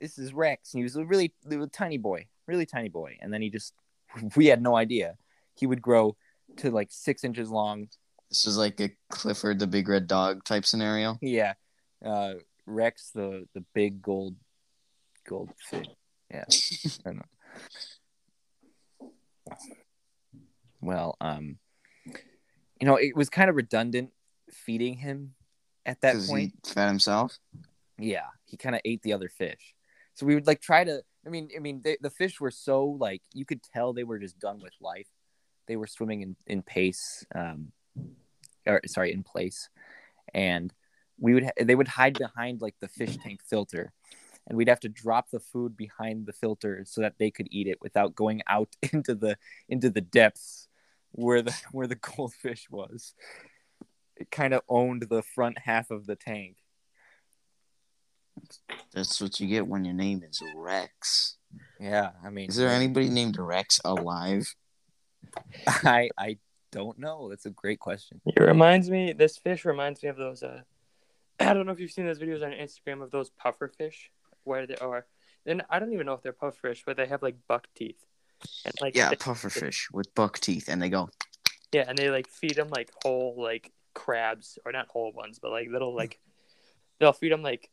S1: this is Rex." And he was a really little tiny boy, really tiny boy. And then he just, we had no idea he would grow to like six inches long.
S2: This is like a Clifford the Big Red Dog type scenario.
S1: Yeah, uh, Rex, the the big gold gold fish. Yeah. I don't know. well, um, you know, it was kind of redundant feeding him at that
S2: 'Cause
S1: point.
S2: he fed himself.
S1: Yeah, he kind of ate the other fish. So we would like try to. I mean, I mean, they, the fish were so like you could tell they were just done with life. They were swimming in in pace, um, or sorry, in place, and we would ha- they would hide behind like the fish tank filter, and we'd have to drop the food behind the filter so that they could eat it without going out into the into the depths where the where the goldfish was. It kind of owned the front half of the tank.
S2: That's what you get when your name is Rex.
S1: Yeah, I mean,
S2: Is there anybody named Rex alive?
S1: I I don't know. That's a great question.
S3: It reminds me. This fish reminds me of those. Uh, I don't know if you've seen those videos on Instagram of those puffer fish, where they are. Then I don't even know if they're puffer fish, but they have like buck teeth, and like
S2: Yeah,
S3: they-
S2: pufferfish with buck teeth, and they go.
S3: yeah, and they like feed them like whole like crabs or not whole ones, but like little like they'll feed them like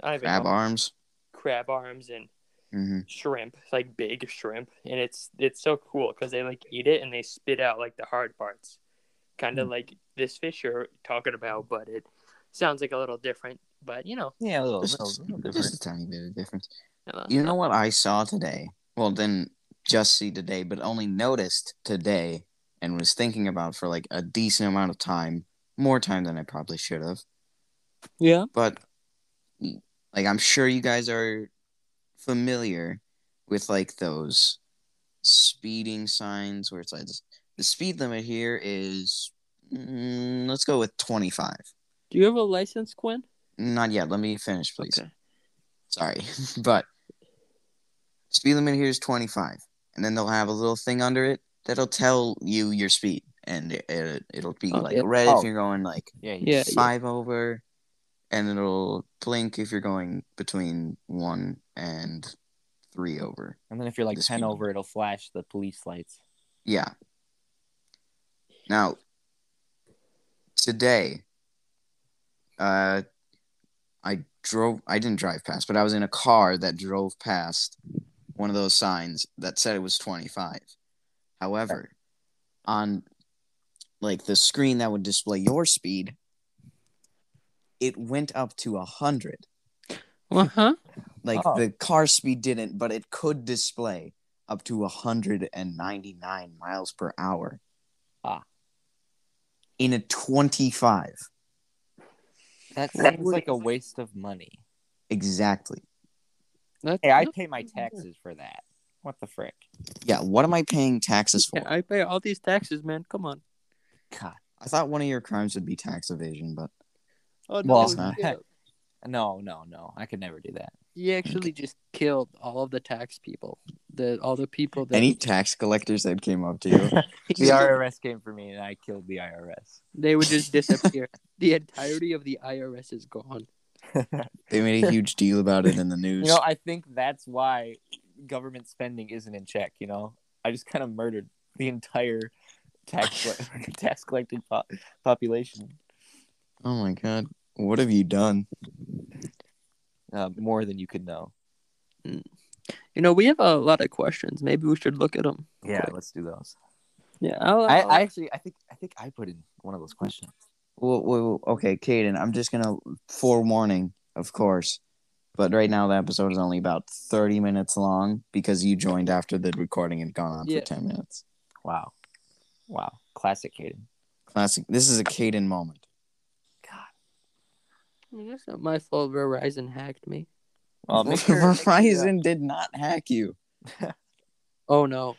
S3: I don't even
S2: Grab
S3: know,
S2: arms.
S3: crab arms and
S2: Mm-hmm.
S3: shrimp, like big shrimp, and it's it's so cool because they like eat it and they spit out like the hard parts, kind
S1: Hmm.
S3: of like this fish you're talking about, but it sounds like a little different. But you know,
S1: Yeah, a little,
S2: Just,
S1: little, little
S2: just
S1: different.
S2: a tiny bit of difference.
S3: uh,
S2: You know what I saw today? Well, didn't just see today, but only noticed today, and was thinking about for like a decent amount of time, more time than I probably should have.
S3: yeah,
S2: but like I'm sure you guys are familiar with like those speeding signs where it's like the speed limit here is mm, let's go with 25.
S3: do you have a license, Quinn?
S2: Not yet. Let me finish, please.
S3: Okay.
S2: Sorry. but speed limit here is 25. And then they'll have a little thing under it that'll tell you your speed. And it, it, it'll be
S3: Oh,
S2: like
S3: yeah.
S2: red
S1: Oh.
S2: if you're going like
S1: Yeah.
S3: Yeah.
S2: five over. And it'll blink if you're going between one and three over.
S1: And then if you're like
S2: The
S1: 10
S2: speed
S1: over, it'll flash the police lights.
S2: Yeah. Now, today, uh, I drove. I didn't drive past, but I was in a car that drove past one of those signs that said it was twenty-five. However, on like the screen that would display your speed, it went up to a hundred.
S3: Uh huh.
S2: Like
S1: Oh.
S2: the car speed didn't, but it could display up to 199 miles per hour.
S1: Ah.
S2: In a 25.
S1: That
S3: That
S1: seems
S3: would-
S1: like a waste of money.
S2: Exactly.
S1: Hey, I pay my taxes for that. What the frick?
S2: Yeah, what am I paying taxes for?
S3: Yeah, I pay all these taxes, man. Come on.
S1: God.
S2: I thought one of your crimes would be tax evasion, but
S3: Oh,
S1: Well, uh,
S2: it's not.
S3: yeah,
S1: No, no, no. I could never do that.
S3: he actually just killed all of the tax people. The all the people that
S2: any tax collectors that came up to you.
S1: The IRS came for me and I killed the IRS.
S3: they would just disappear. the entirety of the IRS is gone.
S2: they made a huge deal about it in the
S1: You
S2: news.
S1: know, I think that's why government spending isn't in check, you know? I just kind of murdered the entire tax coll- tax collecting po- population.
S2: oh my god. What have you done?
S1: Uh, more than you could know.
S3: You know, we have a lot of questions. Maybe we should look at them.
S1: Yeah, let's do those.
S3: Yeah. I'll,
S1: I,
S3: I'll-
S1: I actually I think I think I put in one of those questions.
S2: Well, well, okay, Caden, I'm just gonna forewarning, of course. But right now the episode is only about 30 minutes long because you joined after the recording had gone on
S3: Yeah.
S2: for 10 minutes.
S1: Wow. Wow. Classic Caden.
S2: Classic. This is a Caden moment.
S3: I mean, it's not my fault Verizon hacked me.
S1: Well, make sure-
S2: Verizon did not hack you.
S3: Oh no.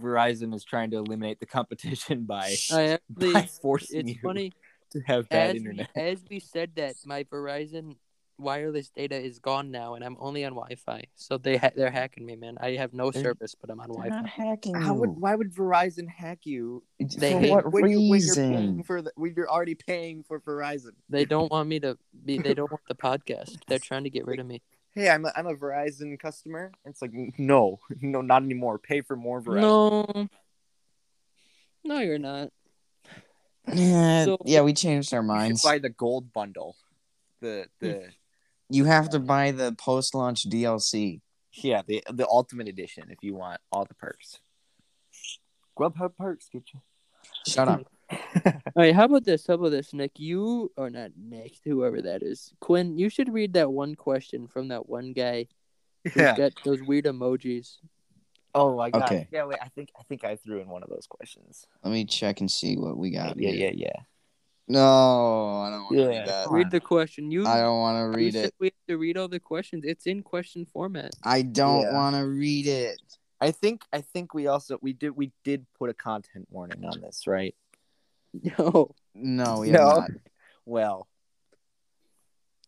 S1: Verizon is trying to eliminate the competition by,
S3: I
S1: by
S3: actually
S1: forcing
S3: it's
S1: you
S3: funny.
S1: to have bad
S3: As we,
S1: internet.
S3: as we said that my Verizon wireless data is gone now and I'm only on Wi-Fi. So they ha- they're hacking me, man. I have no
S2: They're-
S3: service, but I'm on
S2: They're
S3: Wi-Fi.
S2: not hacking
S1: How would
S2: you.
S1: why would Verizon hack you?
S3: They
S2: for
S3: hate-
S2: what
S1: when you- when you're
S2: reason?
S1: paying for the, when you're already paying for Verizon.
S3: They don't want me to be they don't want the podcast. They're trying to get rid of me.
S1: Hey, I'm a, I'm a Verizon customer. It's like no, no, not anymore. Pay for more Verizon.
S3: No. No, you're not.
S2: yeah,
S3: So-
S2: yeah, we changed our
S1: You should
S2: minds.
S1: buy the gold bundle. The the
S2: you have to buy the post-launch DLC.
S1: yeah the the ultimate edition if you want all the perks. Grubhub perks get you.
S2: Shut up.
S3: All right, how about this? How about this, Nick? You or not Nick, whoever that is. Quinn, you should read that one question from that one guy who has got those weird emojis.
S1: Oh my god.
S2: Okay.
S1: Yeah. Wait. I think I think I threw in one of those questions.
S2: Let me check and see what we got.
S1: yeah.
S2: here.
S1: Yeah. Yeah.
S2: No, I don't want to
S1: Yeah,
S2: read that.
S1: come
S3: Read the question. You
S2: I don't want
S3: you
S2: to read
S3: said
S2: it.
S3: We have to read all the questions. It's in question format.
S2: I don't
S1: Yeah.
S2: want to read it.
S1: I think I think we also we did we did put a content warning on this, right?
S3: No.
S2: No, we
S1: No.
S2: have not.
S1: Well,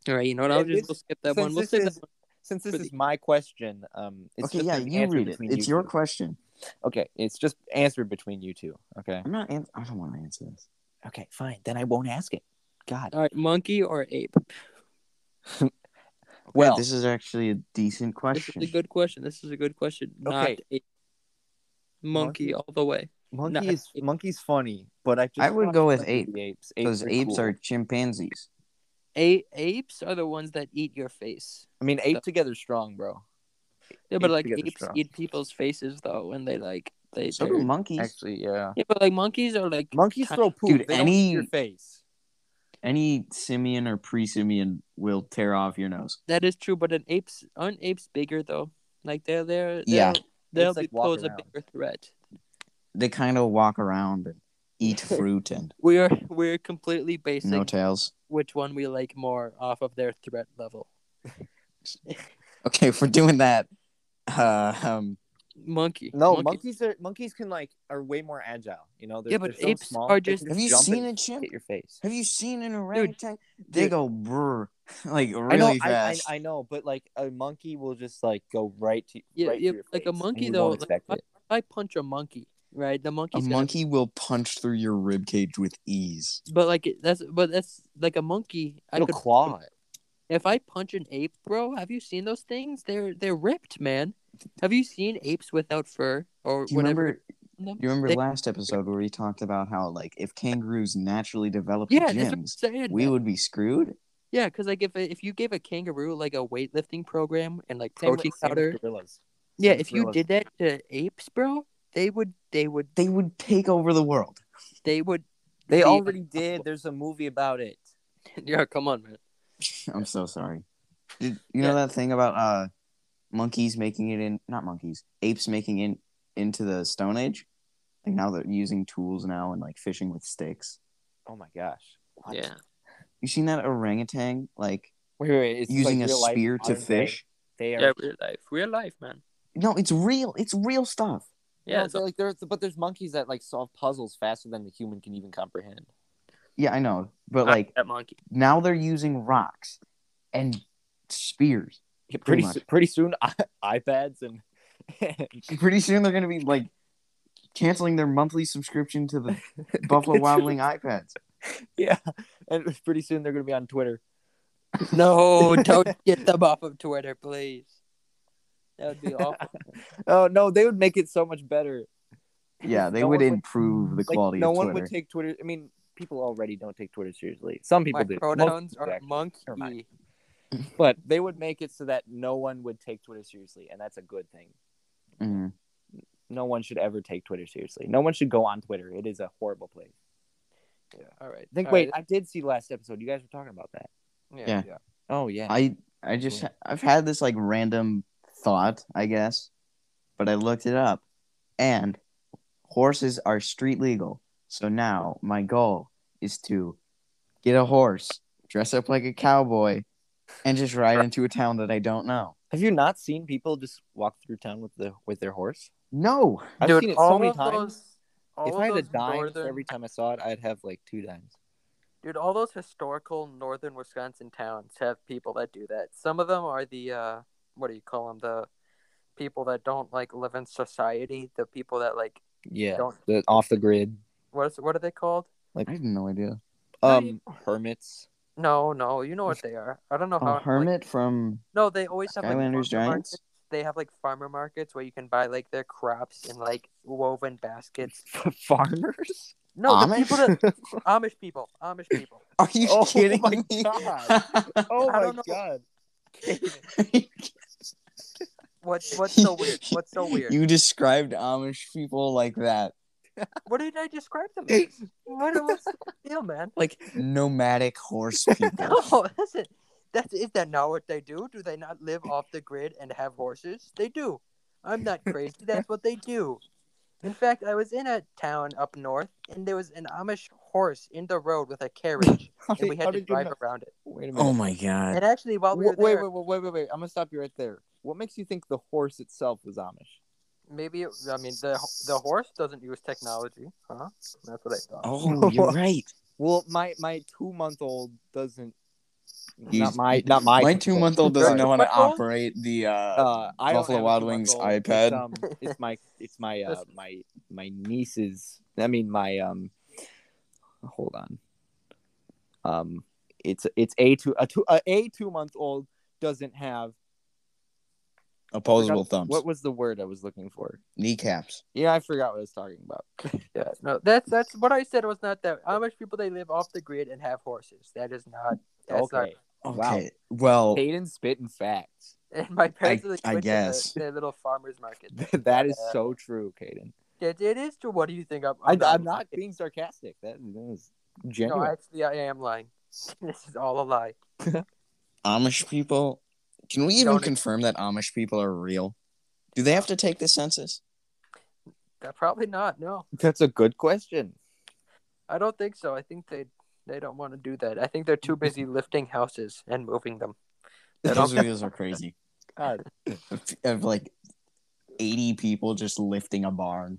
S3: All right, you know what? I'll
S1: And
S3: just
S1: it's-
S3: we'll skip that
S1: since
S3: one. We'll
S1: this
S3: skip
S1: is-
S3: that one.
S1: since this
S3: Pretty-
S1: is my question, um, it's
S2: Okay,
S1: just
S2: yeah,
S1: an
S2: you
S1: answer
S2: read it.
S1: between
S2: It's
S1: you
S2: your
S1: two.
S2: question.
S1: Okay, it's just answered between you two. Okay.
S2: I'm not. An- I don't want to answer this.
S1: Okay, fine. Then I won't ask it. God.
S3: All right, monkey or ape?
S2: Okay,
S1: Well-
S2: this is actually a decent
S3: This
S2: question.
S3: is a good question. This is a good question. Not
S1: Okay.
S3: ape. Monkey,
S1: Monkey?
S3: all the way.
S1: Monkey
S3: No,
S1: is monkey's funny, but I just
S2: I would
S1: want
S2: go with
S1: Monkey
S2: ape,
S1: the apes.
S2: Because apes
S1: cool.
S2: are chimpanzees.
S3: A- apes are the ones that eat your face.
S1: I mean, ape together's strong, bro.
S3: Yeah, but
S1: Apes
S3: like
S1: together
S3: apes
S1: strong.
S3: eat people's faces though, and they like they.
S2: So
S3: they're-
S2: do monkeys.
S1: Actually, yeah.
S3: yeah, but like monkeys are like
S1: Monkeys
S3: Ti-
S1: throw poop.
S2: Dude,
S1: they
S2: any-
S1: don't eat your face.
S2: Any simian or pre-simian will tear off your nose.
S3: that is true, but an apes aren't apes bigger though. Like they're they're
S2: Yeah.
S3: they'll- they'll
S1: Apes, like,
S3: be
S1: walk
S3: pose a
S1: around.
S3: bigger threat.
S2: They kind of walk around and eat fruit and
S3: We are we're completely basing
S2: no tails.
S3: which one we like more off of their threat level.
S2: Okay, if we're doing that, uh, um,
S3: monkey.
S1: No,
S3: monkey.
S1: monkeys are monkeys can like are way more agile. You know, they're,
S3: Yeah, but
S1: they're so
S3: apes
S1: small,
S3: are
S1: they can
S3: just-
S2: Have you
S1: jump
S2: seen
S1: and
S2: a chimp?
S1: hit your face.
S2: Have you seen an orangutan? they
S1: dude.
S2: go brr like really
S1: I know, I- I,
S2: fast.
S1: I, know, but like a monkey will just like go right to
S3: Yeah,
S1: right to
S3: yeah,
S1: your
S3: like a
S1: face, and
S3: monkey,
S1: you
S3: though,
S1: Won't
S3: like,
S1: expect it.
S3: If I punch a monkey, right? The
S2: a
S3: monkey's gonna-
S2: monkey will punch through your rib cage with ease.
S3: but like it- that's but that's like a monkey. I
S1: It'll
S3: could
S1: claw it.
S3: if I punch an ape, bro. Have you seen those things? They're they're ripped, man. Have you seen apes without fur or
S2: Do you
S3: whenever?
S2: remember?
S3: them?
S2: You remember
S3: They-
S2: last episode where we talked about how like if kangaroos naturally developed
S3: Yeah, that's what I'm
S2: gyms,
S3: saying.
S2: we
S3: man.
S2: would be screwed.
S3: Yeah, because like if if you gave a kangaroo like a weightlifting program and like
S1: Same with-
S3: protein
S1: same with
S3: powder,
S1: gorillas.
S3: yeah,
S1: same
S3: if you
S1: gorillas.
S3: did that to apes, bro, they would they would
S2: They would take over the world.
S3: they would.
S1: They
S3: be-
S1: already did. There's a movie about it.
S3: yeah, come on, man.
S2: I'm so sorry. Did you know that thing about uh monkeys making it in not monkeys, apes making it into the stone age? Like now they're using tools now and like fishing with sticks.
S1: Oh my gosh. What?
S3: Yeah,
S2: You seen that orangutan like
S1: Wait, wait, wait. It's
S2: using
S1: like
S2: a
S1: real life
S2: spear to
S1: modern day.
S2: fish?
S1: They are
S3: yeah, real life, real life, man.
S2: No, it's real. It's real stuff.
S1: yeah,
S3: Yeah, so-
S1: like there's but there's monkeys that like solve puzzles faster than the human can even comprehend.
S2: Yeah, I know. But
S3: I-
S2: like
S3: that monkey.
S2: now they're using rocks and spears.
S1: pretty
S2: pretty much.
S1: soo- pretty soon I- iPads and
S2: Pretty soon they're gonna be like canceling their monthly subscription to the Buffalo Wild Wing iPads.
S1: yeah, and pretty soon they're gonna be on Twitter.
S3: No, don't get them off of Twitter, please. That would be awful.
S1: Oh no, they would make it so much better.
S2: Yeah,
S1: If
S2: they
S1: no
S2: would
S1: one would-
S2: improve the
S1: Like,
S2: quality
S1: no
S2: of
S1: one
S2: Twitter.
S1: would take Twitter. I mean, people already don't take Twitter seriously. Some people
S3: My
S1: do. Most
S3: pronouns
S1: people
S3: are
S1: actually. Never mind.
S3: monkey.
S1: but they would make it so that no one would take Twitter seriously, and that's a good thing.
S2: Mhm.
S1: No one should ever take Twitter seriously. No one should go on Twitter. It is a horrible place.
S3: All right.
S1: I think.
S3: all
S1: wait,
S3: right,
S1: I did see last episode. You guys were talking about that.
S2: Yeah.
S1: Oh yeah.
S2: I I just I've had this like random thought, I guess, but I looked it up, and horses are street legal. So now my goal is to get a horse, dress up like a cowboy, and just ride into a town that I don't know.
S1: Have you not seen people just walk through town with the with their horse?
S2: No,
S1: I've
S3: Dude,
S1: seen it
S3: all
S1: so many
S3: of
S1: times.
S3: those- all
S1: if
S3: of
S1: I had a
S3: those
S1: dime
S3: northern-
S1: for every time I saw it, I'd have like two dimes.
S3: Dude, all those historical northern Wisconsin towns have people that do that. Some of them are the uh, what do you call them? The people that don't like live in society. The people that like
S1: Yeah,
S3: Don't-
S1: the off the grid,
S3: what is what are they called?
S2: I have no idea.
S3: No,
S1: um,
S3: you-
S1: hermits.
S3: No, no, you know what they are. I don't know how.
S2: A
S3: Uh, like-
S2: hermit from
S3: no, they always have like,
S2: Skylanders
S3: farmer
S2: Giants?
S3: markets. They have like farmer markets where you can buy like their crops in like woven baskets.
S1: Farmers?
S3: No, the
S2: Amish?
S3: people that Amish people, Amish people.
S2: Are you
S1: Oh
S2: kidding
S1: my
S2: me?
S1: God. Oh
S3: I don't know.
S1: god!
S3: What's what's so weird? What's so weird?
S2: You described Amish people like that.
S3: What did I describe them as? What what's the deal, man?
S1: Like
S2: Nomadic horse people.
S3: No, that's it. That's is that not what they do? Do they not live off the grid and have horses? They do. I'm not crazy. That's what they do. In fact, I was in a town up north, and there was an Amish horse in the road with a carriage,
S1: how
S3: and we
S1: did,
S3: had
S1: how
S3: to
S1: did you
S3: drive
S1: not-
S3: around it.
S1: Wait a minute.
S2: oh my god.
S3: And actually, while we were
S1: Wait, wait,
S3: there,
S1: wait, wait, wait, wait! I'm gonna stop you right there. What makes you think the horse itself was Amish?
S3: maybe it, I mean the the horse doesn't use technology, huh? That's what I thought.
S2: Oh, you're right.
S1: Well, my my two month old doesn't.
S2: He's-
S1: Not my not my
S2: My two month old doesn't know how to
S3: Two-month-old?
S2: operate the. Uh,
S1: uh, I don't
S2: Buffalo
S1: have a
S2: Wild
S1: two-month-old.
S2: Wings
S1: It's,
S2: iPad.
S1: um, it's my it's my uh,
S3: That's-
S1: my my niece's. I mean my um. Hold on. Um, it's it's a two a two a, a two month old doesn't have
S2: opposable
S1: forgot-
S2: thumbs.
S1: What was the word I was looking for?
S2: Kneecaps.
S1: Yeah, I forgot what I was talking about.
S3: Yeah, no, that's that's what I said was not that Amish people they live off the grid and have horses. That is not. That's not
S1: okay, Wow.
S2: Okay. Well,
S1: Caden spitting facts.
S3: And my parents are like,
S2: I
S3: went to
S2: guess.
S3: the, their little farmers market.
S1: that is so true, Caden.
S3: It, it is true. What do you think? I'm,
S1: I, I'm not being sarcastic. That, that is
S3: No,
S1: genuine.
S3: actually, I am lying. This is all a lie.
S2: Amish people. Can we even
S3: Don't-
S2: confirm that Amish people are real? Do they have to take the census?
S3: That Uh, probably not. No,
S1: That's a good question.
S3: I don't think so. I think they they don't want to do that. I think they're too busy lifting houses and moving them. That
S2: Those
S3: also-
S2: videos are crazy.
S1: God.
S2: Of- Of like 80 people just lifting a barn.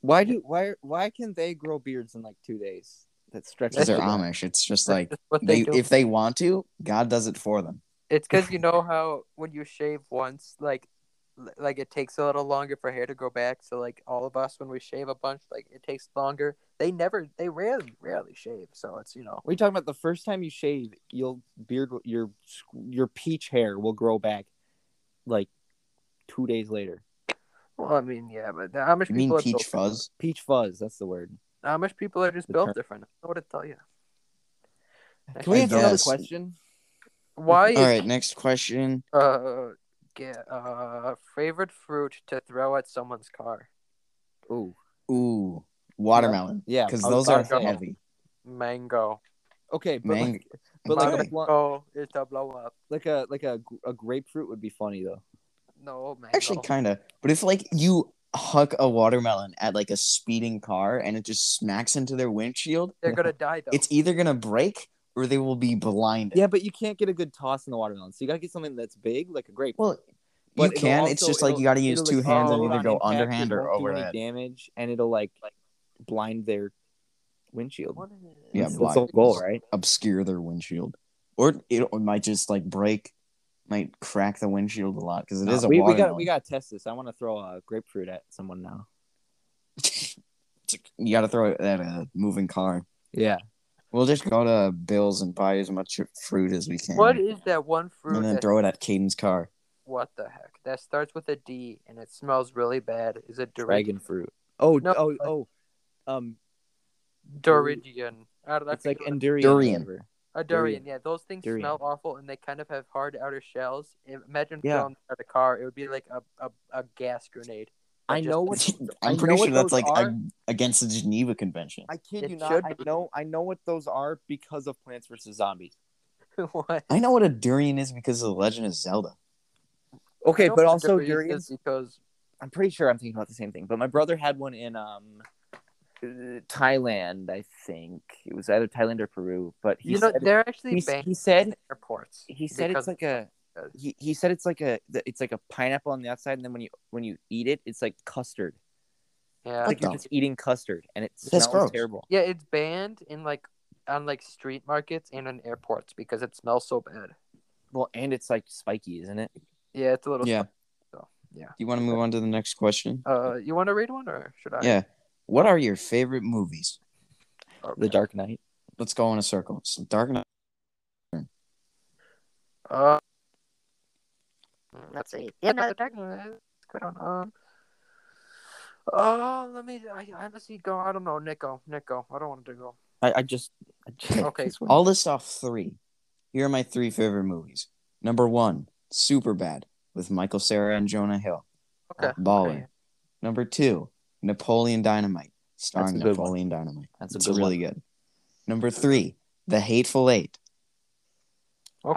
S1: Why do why why can they grow beards in like two days? That stretches.
S2: Because they're
S1: the-
S2: Amish. It's just like
S3: That's what
S2: they
S3: do.
S2: if they want to, God does it for them.
S3: It's because you know how when you shave once, like, l- like it takes a little longer for hair to grow back. So like all of us, when we shave a bunch, like it takes longer. They never, they rarely, rarely shave. So it's you know,
S1: What are you talking about? The first time you shave, you'll beard your your peach hair will grow back like two days later.
S3: well, I mean, yeah, but the Amish
S2: You mean
S3: people,
S2: peach
S3: are built,
S2: fuzz?
S1: Peach fuzz, that's the word.
S3: Amish people are just
S1: The
S3: built
S1: term.
S3: different. I don't know what to tell you.
S1: Can we
S2: I
S1: answer another
S2: guess.
S1: question?
S3: Why is
S2: All right, next question.
S3: uh get uh favorite fruit to throw at someone's car?
S1: Ooh,
S2: Ooh, watermelon.
S1: yeah,
S2: Because
S1: I was
S2: those are
S1: about to say-
S2: heavy.
S3: Mango.
S1: okay, but
S2: Mango.
S1: like, but like
S2: Okay.
S1: a blunt,
S3: Mango is to blow up.
S1: like a like a, a grapefruit would be funny though.
S3: No mango.
S2: Actually, kind of. But if like you huck a watermelon at like a speeding car and it just smacks into their windshield,
S3: They're gonna die though.
S2: it's either gonna break or they will be blinded.
S1: Yeah, but you can't get a good toss in the watermelon, so you gotta get something that's big, like a grape.
S2: Well,
S1: But
S2: you
S1: it'll
S2: can. it's
S1: also-
S2: just like
S1: it'll-
S2: you got to use
S1: it'll,
S2: two
S1: like, oh,
S2: hands and
S1: roll
S2: either
S1: on
S2: go
S1: impact,
S2: underhand
S1: it won't
S2: or
S1: do
S2: overhead.
S1: any damage, and it'll like like blind their windshield.
S3: What
S2: Yeah,
S3: is-
S1: that's
S2: blind.
S1: the goal, right?
S2: obscure their windshield, or it, it might just like break, might crack the windshield a lot because it is a
S1: we, we
S2: watermelon.
S1: got we got to test this. I want to throw a grapefruit at someone now.
S2: It's like- you got to throw it at a moving car.
S1: Yeah,
S2: We'll just go to Bill's and buy as much fruit as we can.
S3: What is that one fruit?
S2: and then
S3: that-
S2: throw it at Caden's car.
S3: what the heck? That starts with a D and it smells really bad. Is it Dorid-
S1: dragon fruit. Oh
S3: No,
S1: oh oh, um,
S3: Doridian? I don't know.
S1: it's like endurian.
S2: Durian.
S1: or whatever.
S3: a durian.
S1: durian.
S3: Yeah, those things
S1: Durian.
S3: smell awful and they kind of have hard outer shells. Imagine
S1: Yeah.
S3: throwing that at a car. It would be like a, a, a gas grenade.
S1: I
S3: just-
S1: know what I
S2: I'm
S1: know
S2: pretty
S1: what
S2: sure that's
S1: those
S2: like
S1: are.
S2: ag- against the Geneva Convention.
S1: I kid
S3: It
S1: you not.
S3: should
S1: I
S3: be.
S1: know I know what those are because of Plants vs Zombies.
S3: what?
S2: I know what a durian is because of the Legend of Zelda.
S1: Okay,
S3: I know
S1: but
S3: what
S1: also
S3: durian
S1: durians.
S3: is because
S1: I'm pretty sure I'm thinking about the same thing. But my brother had one in um uh, Thailand, I think it was either Thailand or Peru. But he
S3: you know
S1: said
S3: they're
S1: he,
S3: actually
S1: s-
S3: banned
S1: he said
S3: in airports.
S1: he said
S3: because
S1: it's like a he, he said it's like a that it's like a pineapple on the outside, and then when you when you eat it, it's like custard.
S3: yeah,
S1: It's like you're
S2: What the-
S1: just eating custard, and it
S2: That's
S1: smells
S2: gross.
S1: terrible.
S3: yeah, it's banned in like on like street markets and in airports because it smells so bad.
S1: Well, and it's like spiky, isn't it?
S3: Yeah, it's a little.
S2: Yeah.
S3: So, yeah.
S2: You want to move on to the next question?
S3: Uh, you want to read one or should I?
S2: yeah. What are your favorite movies?
S3: Okay.
S1: The Dark Knight.
S2: Let's go in a circle. So Dark Knight.
S3: Uh, Mm, let's see. Yeah, no, the Dark Knight. is Good one. Um. Oh, let me. I I honestly go. I don't know, Nico. Nico. I don't want to go.
S1: I, I just, I just
S3: Okay.
S2: I'll list off three. Here are my three favorite movies. Number one, Superbad with Michael Sarah and Jonah Hill.
S3: Okay.
S2: Baller.
S3: okay.
S2: Number two, Napoleon Dynamite, starring
S1: That's a good
S2: Napoleon Dynamite.
S1: that's a
S2: It's
S1: good
S2: really good. Number three, The Hateful Eight.
S3: Okay.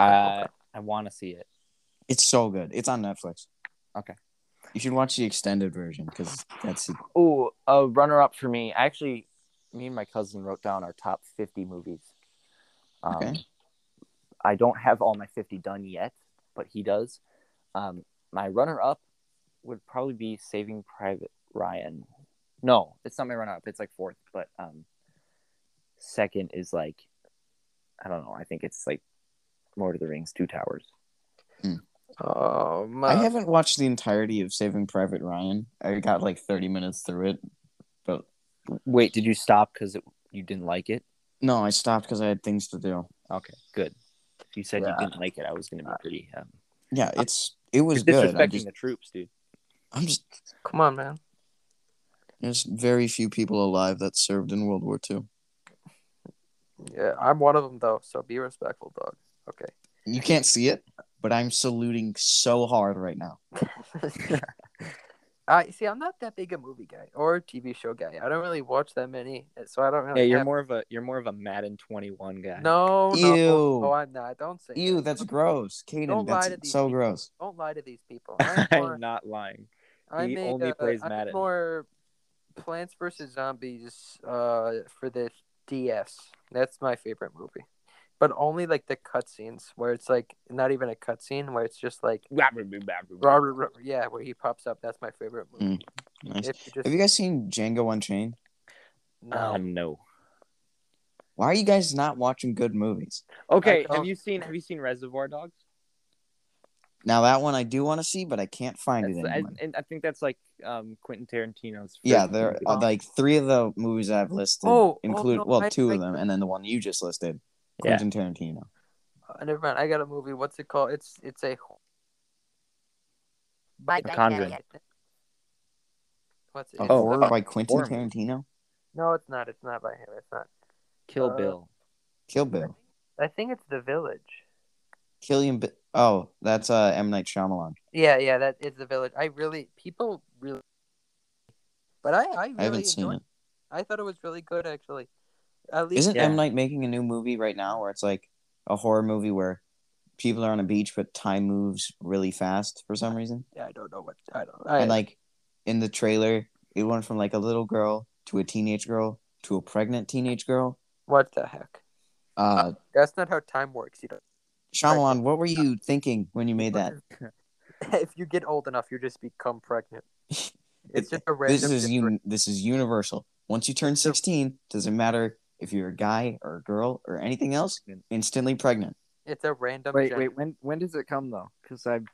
S1: one. Uh,
S3: okay.
S1: I want to see it.
S2: It's so good. It's on Netflix.
S1: Okay.
S2: You should watch the extended version because that's
S1: Oh, a runner up for me. Actually, me and my cousin wrote down our top 50 movies. Um,
S2: Okay.
S1: I don't have all my 50 done yet, but he does. Um, my runner up would probably be Saving Private Ryan. No, it's not my runner up. It's like fourth, but um, second is like, I don't know. I think it's like Lord of the Rings, Two Towers.
S3: Um,
S2: I
S3: uh,
S2: haven't watched the entirety of Saving Private Ryan. I got like 30 minutes through it, but
S1: Wait, did you stop because you didn't like it?
S2: no, I stopped because I had things to do.
S1: Okay, good. If you said
S3: Yeah.
S1: you didn't like it, I was going to be pretty. Um,
S2: Yeah, it's it was
S1: You're
S2: good. I
S1: disrespecting
S2: just,
S1: the troops, dude.
S2: I'm just
S3: Come on, man.
S2: there's very few people alive that served in World War II.
S3: Yeah, I'm one of them though. So be respectful, dog. Okay.
S2: You can't see it, but I'm saluting so hard right now.
S3: I see. I'm not that big a movie guy or TV show guy. I don't really watch that many, so I don't really.
S1: Yeah, you're
S3: have-
S1: more of a you're more of a Madden 21 guy.
S3: No, no,
S2: Ew.
S3: no, I'm not. Don't say.
S2: Ew,
S3: that.
S2: that's gross, Kaden.
S3: Don't lie
S2: That's
S3: to these
S2: so
S3: people.
S2: gross.
S3: Don't lie to these people. I'm more-
S1: I'm not lying.
S3: I
S1: He
S3: made,
S1: only
S3: uh,
S1: plays
S3: I made
S1: Madden.
S3: more Plants vs Zombies uh, for the DS. That's my favorite movie. but only like the cutscenes where it's like not even a cutscene where it's just like
S1: Robert.
S3: Robert, Ro- yeah, where he pops up. That's my favorite movie.
S2: Nice.
S3: If you just,
S2: Have you guys seen Django Unchained?
S3: no.
S1: um,
S4: no.
S2: Why are you guys not watching good movies?
S1: Okay,
S3: I
S1: have
S3: don't-
S1: you seen have you seen Reservoir Dogs?
S2: Now that one I do want to see, but I can't find it
S1: That's, I,
S2: anymore.
S1: and I think that's like um, Quentin Tarantino's.
S2: Yeah, uh,
S1: first
S2: there
S1: movie.
S2: are like three of the movies I've listed
S3: Oh, oh,
S2: include
S3: no,
S2: well
S3: I-
S2: two
S3: I-
S2: of them, and then the one you just listed,
S4: Yeah.
S2: Quentin Tarantino.
S3: Uh, never mind. I got a movie. What's it called? It's it's a
S5: Bye,
S4: The Conjuring.
S3: what's it?
S2: A
S4: Oh,
S2: horror
S4: uh,
S2: by Quentin
S4: horror movie.
S2: Tarantino,
S3: No, it's not. It's not by him. It's not.
S1: Kill
S3: uh,
S1: Bill.
S2: Kill Bill,
S3: I think it's The Village.
S2: Killian. Bi- oh, that's uh M Night Shyamalan.
S3: Yeah, yeah, that is The Village. I really people really, but I I really
S2: I haven't seen
S3: enjoyed
S2: it.
S3: I thought it was really good actually. At least
S2: Isn't
S4: Yeah.
S2: M Night making a new movie right now where it's like a horror movie where people are on a beach but time moves really fast for some reason?
S3: Yeah, I don't know what I don't. I,
S2: And like in the trailer, it went from like a little girl to a teenage girl to a pregnant teenage girl.
S3: what the heck?
S2: Uh,
S3: That's not how time works. You know,
S2: Shyamalan, what were you thinking when you made that?
S3: if you get old enough, you just become pregnant. It's just a random.
S2: This is
S3: different-
S2: un- this is universal. Once you turn sixteen, doesn't matter if you're a guy or a girl or anything else, instantly pregnant.
S3: It's a random.
S1: Wait,
S3: gen-
S1: wait. When when does it come though? Because I'm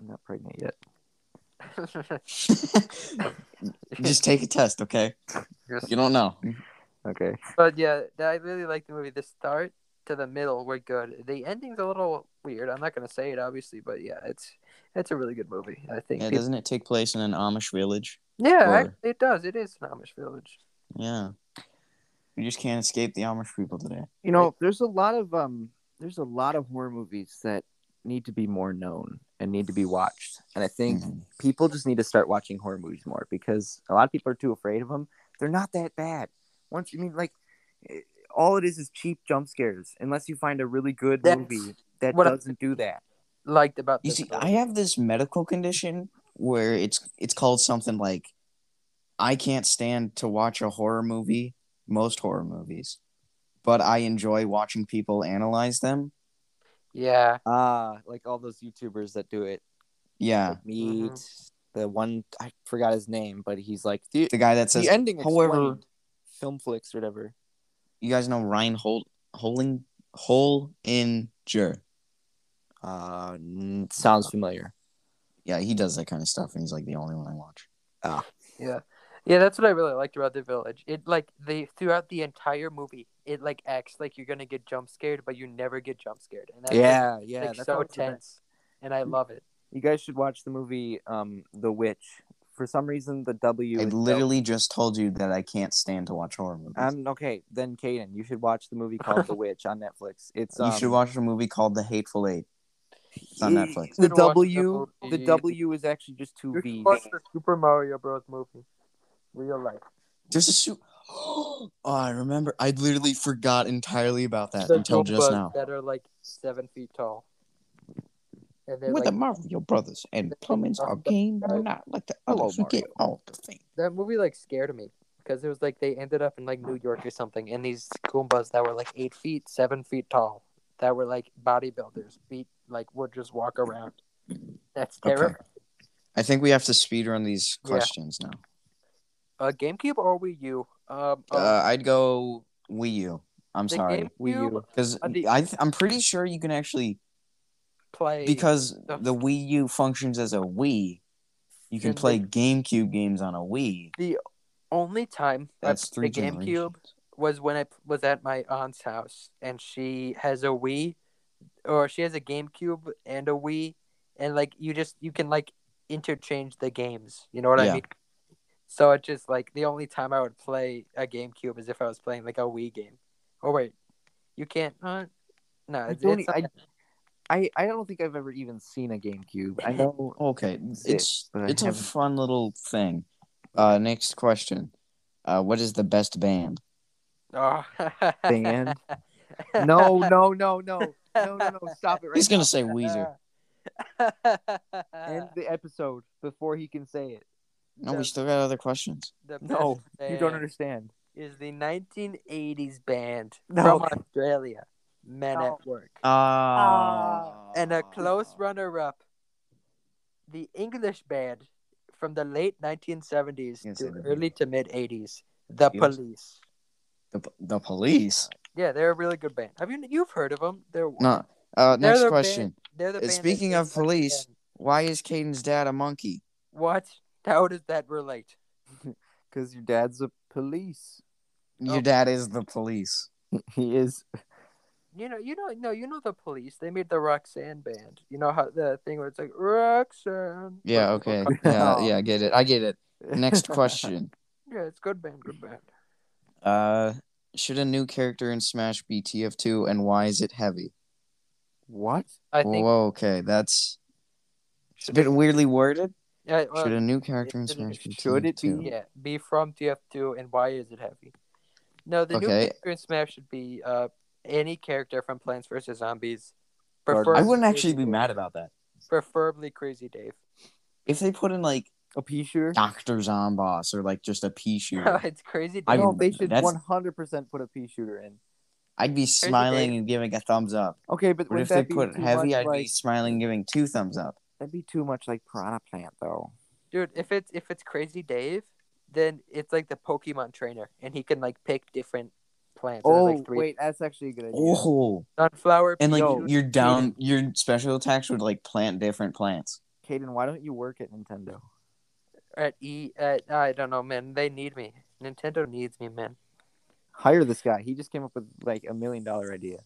S1: not pregnant yet.
S2: Just take a test, okay?
S3: Just-
S2: You don't know.
S1: Okay.
S3: But yeah, th- I really like the movie. The start to the middle were good. The ending's a little weird. I'm not gonna say it obviously, but yeah, it's it's a really good movie. I think.
S2: Yeah,
S3: peop-
S2: doesn't it take place in an Amish village?
S3: yeah,
S2: or-
S3: actually, it does. It is an Amish village.
S2: Yeah. You just can't escape the Amish people today.
S1: You know, there's a lot of um, there's a lot of horror movies that need to be more known and need to be watched. And I think
S2: Mhm.
S1: people just need to start watching horror movies more because a lot of people are too afraid of them. They're not that bad. Once you I mean like, eh, all it is is cheap jump scares. Unless you find a really good
S3: That's
S1: movie that
S3: what I-
S1: doesn't do that.
S3: Liked about
S2: You
S3: this
S2: see,
S3: movie.
S2: I have this medical condition where it's it's called something like I can't stand to watch a horror movie, most horror movies, but I enjoy watching people analyze them.
S3: yeah.
S1: Ah, like all those YouTubers that do it.
S2: Yeah.
S1: Like Meat, the one I forgot his name, but he's like the,
S2: The guy that says
S1: the ending.
S2: however-
S1: explained. film flicks or whatever.
S2: you guys know Ryan Hol Holing Hole in Jur.
S1: Uh, n- sounds familiar.
S2: Yeah, he does that kind of stuff and he's like the only one I watch.
S3: Yeah. Yeah, that's what I really liked about the village. It like the throughout the entire movie, it like acts like you're gonna get jump scared, but you never get jump scared, and that's like,
S1: yeah, yeah,
S3: like,
S1: that's
S3: so
S1: also bad.
S3: tense. And I love it.
S1: You guys should watch the movie um The Witch. For some reason, the W.
S2: I
S1: is-
S2: literally just told you that I can't stand to watch horror movies.
S1: I'm Um, okay. Then Caden, you should watch the movie called The Witch on Netflix. It's um,
S2: you should watch a movie called The Hateful Eight. It's on Netflix.
S1: The
S3: You should watch
S1: W,
S3: the
S1: the
S3: movie.
S1: W is actually just two
S3: You should
S1: V's.
S3: watch the Super Mario Bros. movie, real life.
S2: There's a su Oh, I remember. I literally forgot entirely about that
S3: the
S2: until just
S3: Goombas
S2: now.
S3: That are like seven feet tall. And they're
S2: With the
S3: like,
S2: Mario Brothers and
S3: They're
S2: Plumbing's
S3: like-
S2: our game, we're not like the others who
S1: Hello,
S2: get all the fame.
S3: that movie like scared me because it was like they ended up in like New York or something, and these Goombas that were like eight feet, seven feet tall, that were like bodybuilders, beat like would just walk around. That's
S2: Okay.
S3: terrifying.
S2: I think we have to speed run these
S3: Yeah.
S2: questions now.
S3: Uh, GameCube or Wii U? Um, uh,
S2: Uh, I'd go Wii U. I'm
S3: the
S2: sorry.
S1: Wii U.
S3: GameCube
S2: Because
S3: Uh, the-
S2: I th- I'm pretty sure you can actually
S3: play
S2: because
S3: the-
S2: the Wii U functions as a Wii. You can
S3: And
S2: play
S3: the-
S2: GameCube games on a Wii.
S3: only time I
S2: That's three
S3: played the GameCube
S2: generations.
S3: was when I p- was at my aunt's house, and she has a Wii, or she has a GameCube and a Wii, and like you just you can like interchange the games. You know what
S2: Yeah.
S3: I mean? So it just like the only time I would play a GameCube is if I was playing like a Wii game. Oh wait, you can't. Uh, no,
S1: I
S3: it's,
S1: don't,
S3: it's
S1: e- I,
S3: not-
S1: I, I don't think I've ever even seen a GameCube. I know
S2: Okay,
S1: That's it,
S2: it's
S1: but I
S2: it's a
S1: haven't-
S2: fun little thing. Uh, next question. Uh, what is the best band?
S3: oh.
S1: band. No, no, no, no, no, no, no! Stop it right
S2: He's gonna
S1: now.
S2: say Weezer.
S1: End the episode before he can say it.
S2: No, we
S3: the-
S2: still got other questions.
S3: The
S1: No,
S3: best
S1: You don't
S3: band.
S1: understand.
S3: is the 1980s band
S1: No.
S3: from Australia. Men
S6: No.
S3: at Work.
S1: Ah.
S3: And a close runner up, the English band from the late 1970s
S2: Yes, I
S3: to
S2: know.
S3: early to mid 80s, The
S2: Yes.
S3: Police.
S2: The, the police.
S3: Yeah, they're a really good band. Have you you've heard of them? They're
S2: No. Uh,
S3: They're
S2: next
S3: the
S2: question.
S3: band- they're the
S2: Uh,
S3: band that
S2: speaking
S3: did
S2: of
S3: Sex
S2: police-
S3: Ed.
S2: Why is Caden's dad a monkey?
S3: What? How does that relate?
S1: Because your dad's a police.
S2: Your
S3: Oh.
S2: dad is the police.
S1: He is.
S3: You know, you know, no, you know the police. They made the Roxanne band. You know how the thing where it's like Roxanne.
S2: Yeah,
S3: Like, people
S2: okay.
S3: come-
S2: Yeah, yeah, I get it. I get it. Next question.
S3: Yeah, it's good band, good band.
S2: Uh, should a new character in Smash be TF2 and why is it heavy?
S1: what?
S3: I think.
S2: Whoa, okay, that's it's a bit weirdly worded.
S3: yeah,
S2: should
S3: well,
S2: a new character in
S3: it-
S2: Smash be
S1: should it be?
S2: TF2?
S3: yeah, be from TF2, and why is it heavy? No, the new
S2: Okay.
S3: character in Smash should be uh any character from Plants vs Zombies.
S1: Gordon.
S3: Preferably
S2: I wouldn't actually
S3: Crazy Dave.
S2: be mad about that.
S3: Preferably Crazy Dave.
S2: If they put in like
S1: A pea shooter?
S2: Doctor Zomboss or like just a pea shooter,
S3: it's Crazy Dave.
S2: I-
S1: no, they should
S2: that's-
S1: 100% put a pea shooter in.
S2: I'd be smiling and giving a thumbs up.
S1: Okay, but,
S2: But
S1: would
S2: if they
S1: that be
S2: put
S1: too
S2: heavy,
S1: much
S2: I'd
S1: like,
S2: be smiling and giving two thumbs up.
S1: That'd be too much like Piranha Plant, though.
S3: Dude, if it's if it's Crazy Dave, then it's like the Pokemon trainer, and he can like pick different plants. and there's,
S1: Oh,
S3: like, three
S1: wait, that's actually a good idea.
S2: Oh,
S3: sunflower.
S2: and like
S3: pea shooter.
S2: your down, your special attacks would like plant different plants.
S1: Caden, why don't you work at Nintendo?
S3: at E, at, I don't know, man. They need me. Nintendo needs me, man.
S1: Hire this guy. He just came up with like a million dollar idea.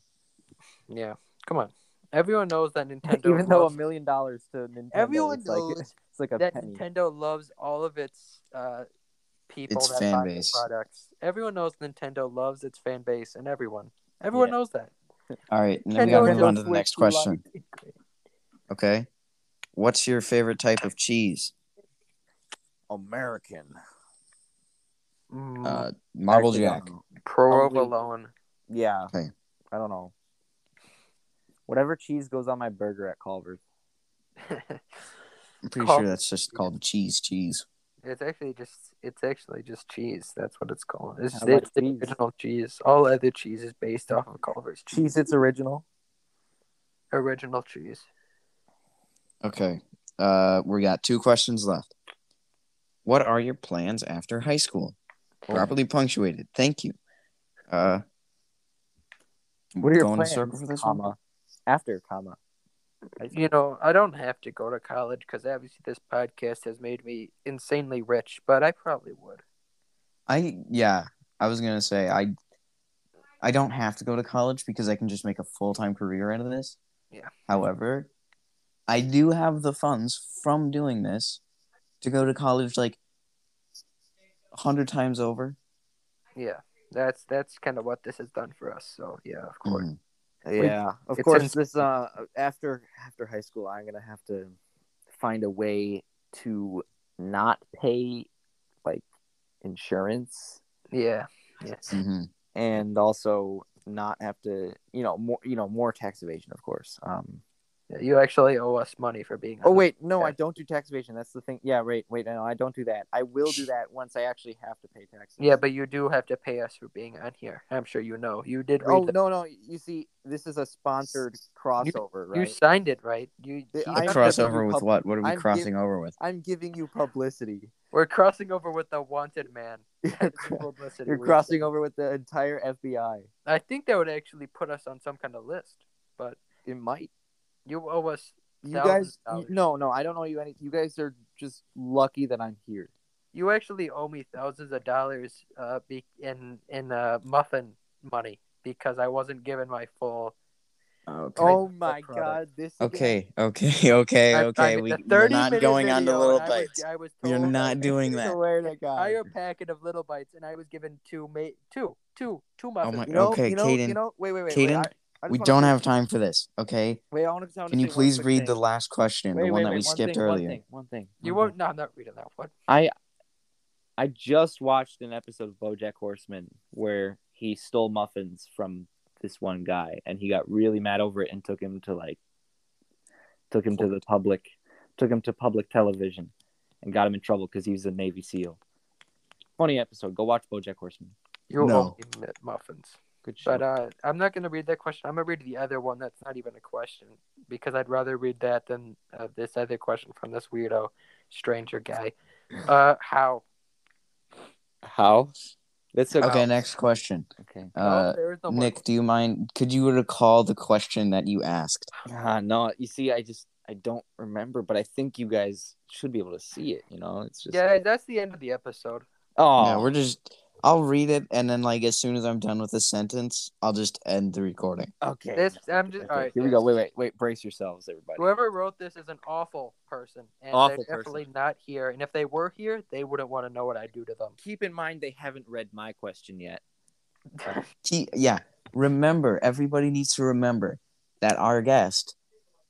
S3: Yeah, come on. Everyone knows that Nintendo.
S1: Even though a
S3: loves-
S1: million dollars to Nintendo,
S3: everyone
S1: it's like,
S3: knows
S1: it's like a
S3: that
S1: penny.
S3: Nintendo loves all of its uh, people
S2: Its
S3: that
S2: fan
S3: buy their
S2: base.
S3: products. Everyone knows Nintendo loves its fan base, and everyone, everyone
S1: Yeah.
S3: knows that.
S2: All right, and then we
S3: Nintendo
S2: gotta move on to
S1: just
S2: the next
S1: would
S2: question. Okay, what's your favorite type of cheese?
S1: American.
S3: Mm,
S2: Uh, Marble
S1: Actually, I
S2: Jack.
S1: don't know.
S3: provolone.
S1: Yeah.
S2: Okay.
S1: I don't know. Whatever cheese goes on my burger at Culver's.
S2: I'm pretty
S3: Col-
S2: sure that's just called cheese. Cheese.
S3: It's actually just it's actually just cheese. That's what it's called. It's
S1: How
S3: the
S1: about
S3: the
S1: cheese?
S3: original cheese. All other cheese is based off of Culver's cheese.
S1: Cheese, it's original.
S3: Original cheese.
S2: Okay. Uh, we got two questions left. What are your plans after high school? Properly punctuated. Thank you. Uh,
S1: What are your
S2: going in a
S1: plans?
S2: circle for this one?
S1: comma, After comma.
S3: You know, I don't have to go to college because obviously this podcast has made me insanely rich, but I probably would.
S2: I yeah, I was gonna say I I don't have to go to college because I can just make a full time career out of this.
S3: Yeah.
S2: However, I do have the funds from doing this to go to college like a hundred times over.
S3: Yeah. That's that's kind of what this has done for us. So yeah, of course.
S2: Mhm.
S1: Yeah, of
S3: It's
S1: course.
S3: in-
S1: This uh, after after high school, I'm gonna have to find a way to not pay like insurance
S3: Yeah. Yes.
S2: Mhm.
S1: and also not have to, you know, more you know more tax evasion, of course. Um.
S3: You actually owe us money for being.
S1: Oh
S3: on the-
S1: wait, no, I
S3: Okay.
S1: don't do tax evasion. That's the thing. Yeah, right. Wait, no, I don't do that. I will do that once I actually have to pay taxes.
S3: Yeah, but you do have to pay us for being on here. I'm sure you know. You did read
S1: Oh
S3: the-
S1: no, no. You see, this is a sponsored crossover,
S3: You
S1: right?
S3: signed it, right? You,
S1: The-
S3: you-
S2: A
S1: I'm
S2: crossover
S1: giving
S2: with
S1: pub-
S2: what? What are we
S1: I'm
S2: crossing over with?
S1: I'm giving you publicity.
S3: We're crossing over with the wanted man.
S1: You're,
S3: Publicity we-
S1: crossing over with the entire FBI.
S3: I think that would actually put us on some kind of list. But
S1: It might.
S3: you owe us.
S1: You guys,
S3: Thousands of
S1: you,
S3: dollars.
S1: no, no. I don't owe you any. You guys are just lucky that I'm here.
S3: You actually owe me thousands of dollars, uh, be, in in uh, muffin money because I wasn't given my full.
S2: Okay.
S1: Oh
S3: the
S1: my
S3: product.
S1: God! This. again.
S2: Okay, okay, okay,
S3: I- I
S2: okay.
S3: mean,
S2: We,
S3: the
S2: we're
S3: 30
S2: not
S3: minute
S2: going on to
S3: video,
S2: little
S3: and I was-
S2: bites.
S3: I was
S2: We're
S3: told
S2: not
S3: I
S2: doing
S1: I
S2: that.
S1: swear to God.
S3: entire packet of little bites, and I was given two, ma- two, two, two muffins.
S2: Oh my-
S1: You know,
S2: Okay,
S1: you know,
S2: Caden.
S1: You know, wait, wait, wait. wait,
S2: Caden,
S1: I- I just
S2: We
S1: wanna
S2: don't
S1: say-
S2: have time for this. Okay.
S1: Wait, I wanna, I wanna
S2: Can you
S1: say one
S2: please
S1: quick
S2: read
S1: thing.
S2: the last question,
S1: Wait,
S2: the
S1: wait,
S2: one that
S1: wait,
S2: we
S1: one
S2: skipped
S1: thing,
S2: earlier?
S1: One thing. One thing.
S3: You
S1: one
S3: won't.
S1: thing.
S3: No, I'm not reading that one.
S1: I just watched an episode of BoJack Horseman where he stole muffins from this one guy, and he got really mad over it and took him to like, took him to the public, took him to public television, and got him in trouble because he was a Navy SEAL. Funny episode. Go watch BoJack Horseman.
S3: You
S2: No.
S3: owe me muffins.
S1: Good show.
S3: But uh, I'm not going to read that question. I'm going to read the other one that's not even a question because I'd rather read that than uh, this other question from this weirdo stranger guy. Uh, how?
S1: How? That's a,
S2: uh, Okay, next question.
S1: Okay.
S3: oh,
S2: Uh,
S3: there is no more.
S2: Nick, do you mind? Could you recall the question that you asked?
S1: Ah, no, you see, I just I don't remember, but I think you guys should be able to see it. You know, it's just
S3: Yeah, that's the end of the episode.
S1: Oh,
S2: Yeah, we're just. I'll read it, and then like as soon as I'm done with the sentence, I'll just end the recording.
S1: okay.
S3: This I'm just all right.
S1: Here we go. Wait, wait, wait. Brace yourselves, everybody.
S3: Whoever wrote this is an awful person, and
S1: Awful
S3: they're
S1: person.
S3: definitely not here. And if they were here, they wouldn't want to know what I do to them.
S1: Keep in mind they haven't read my question yet.
S2: T- yeah, remember, everybody needs to remember that our guest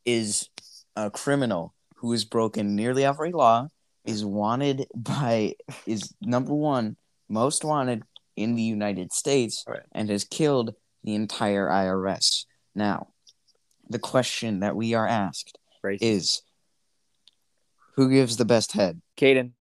S2: is a criminal who has broken nearly every law, is wanted by, is number one, most wanted in the United States,
S3: Right.
S2: and has killed the entire IRS. Now, the question that we are asked
S1: Brace.
S2: is who gives the best head?
S1: Caden.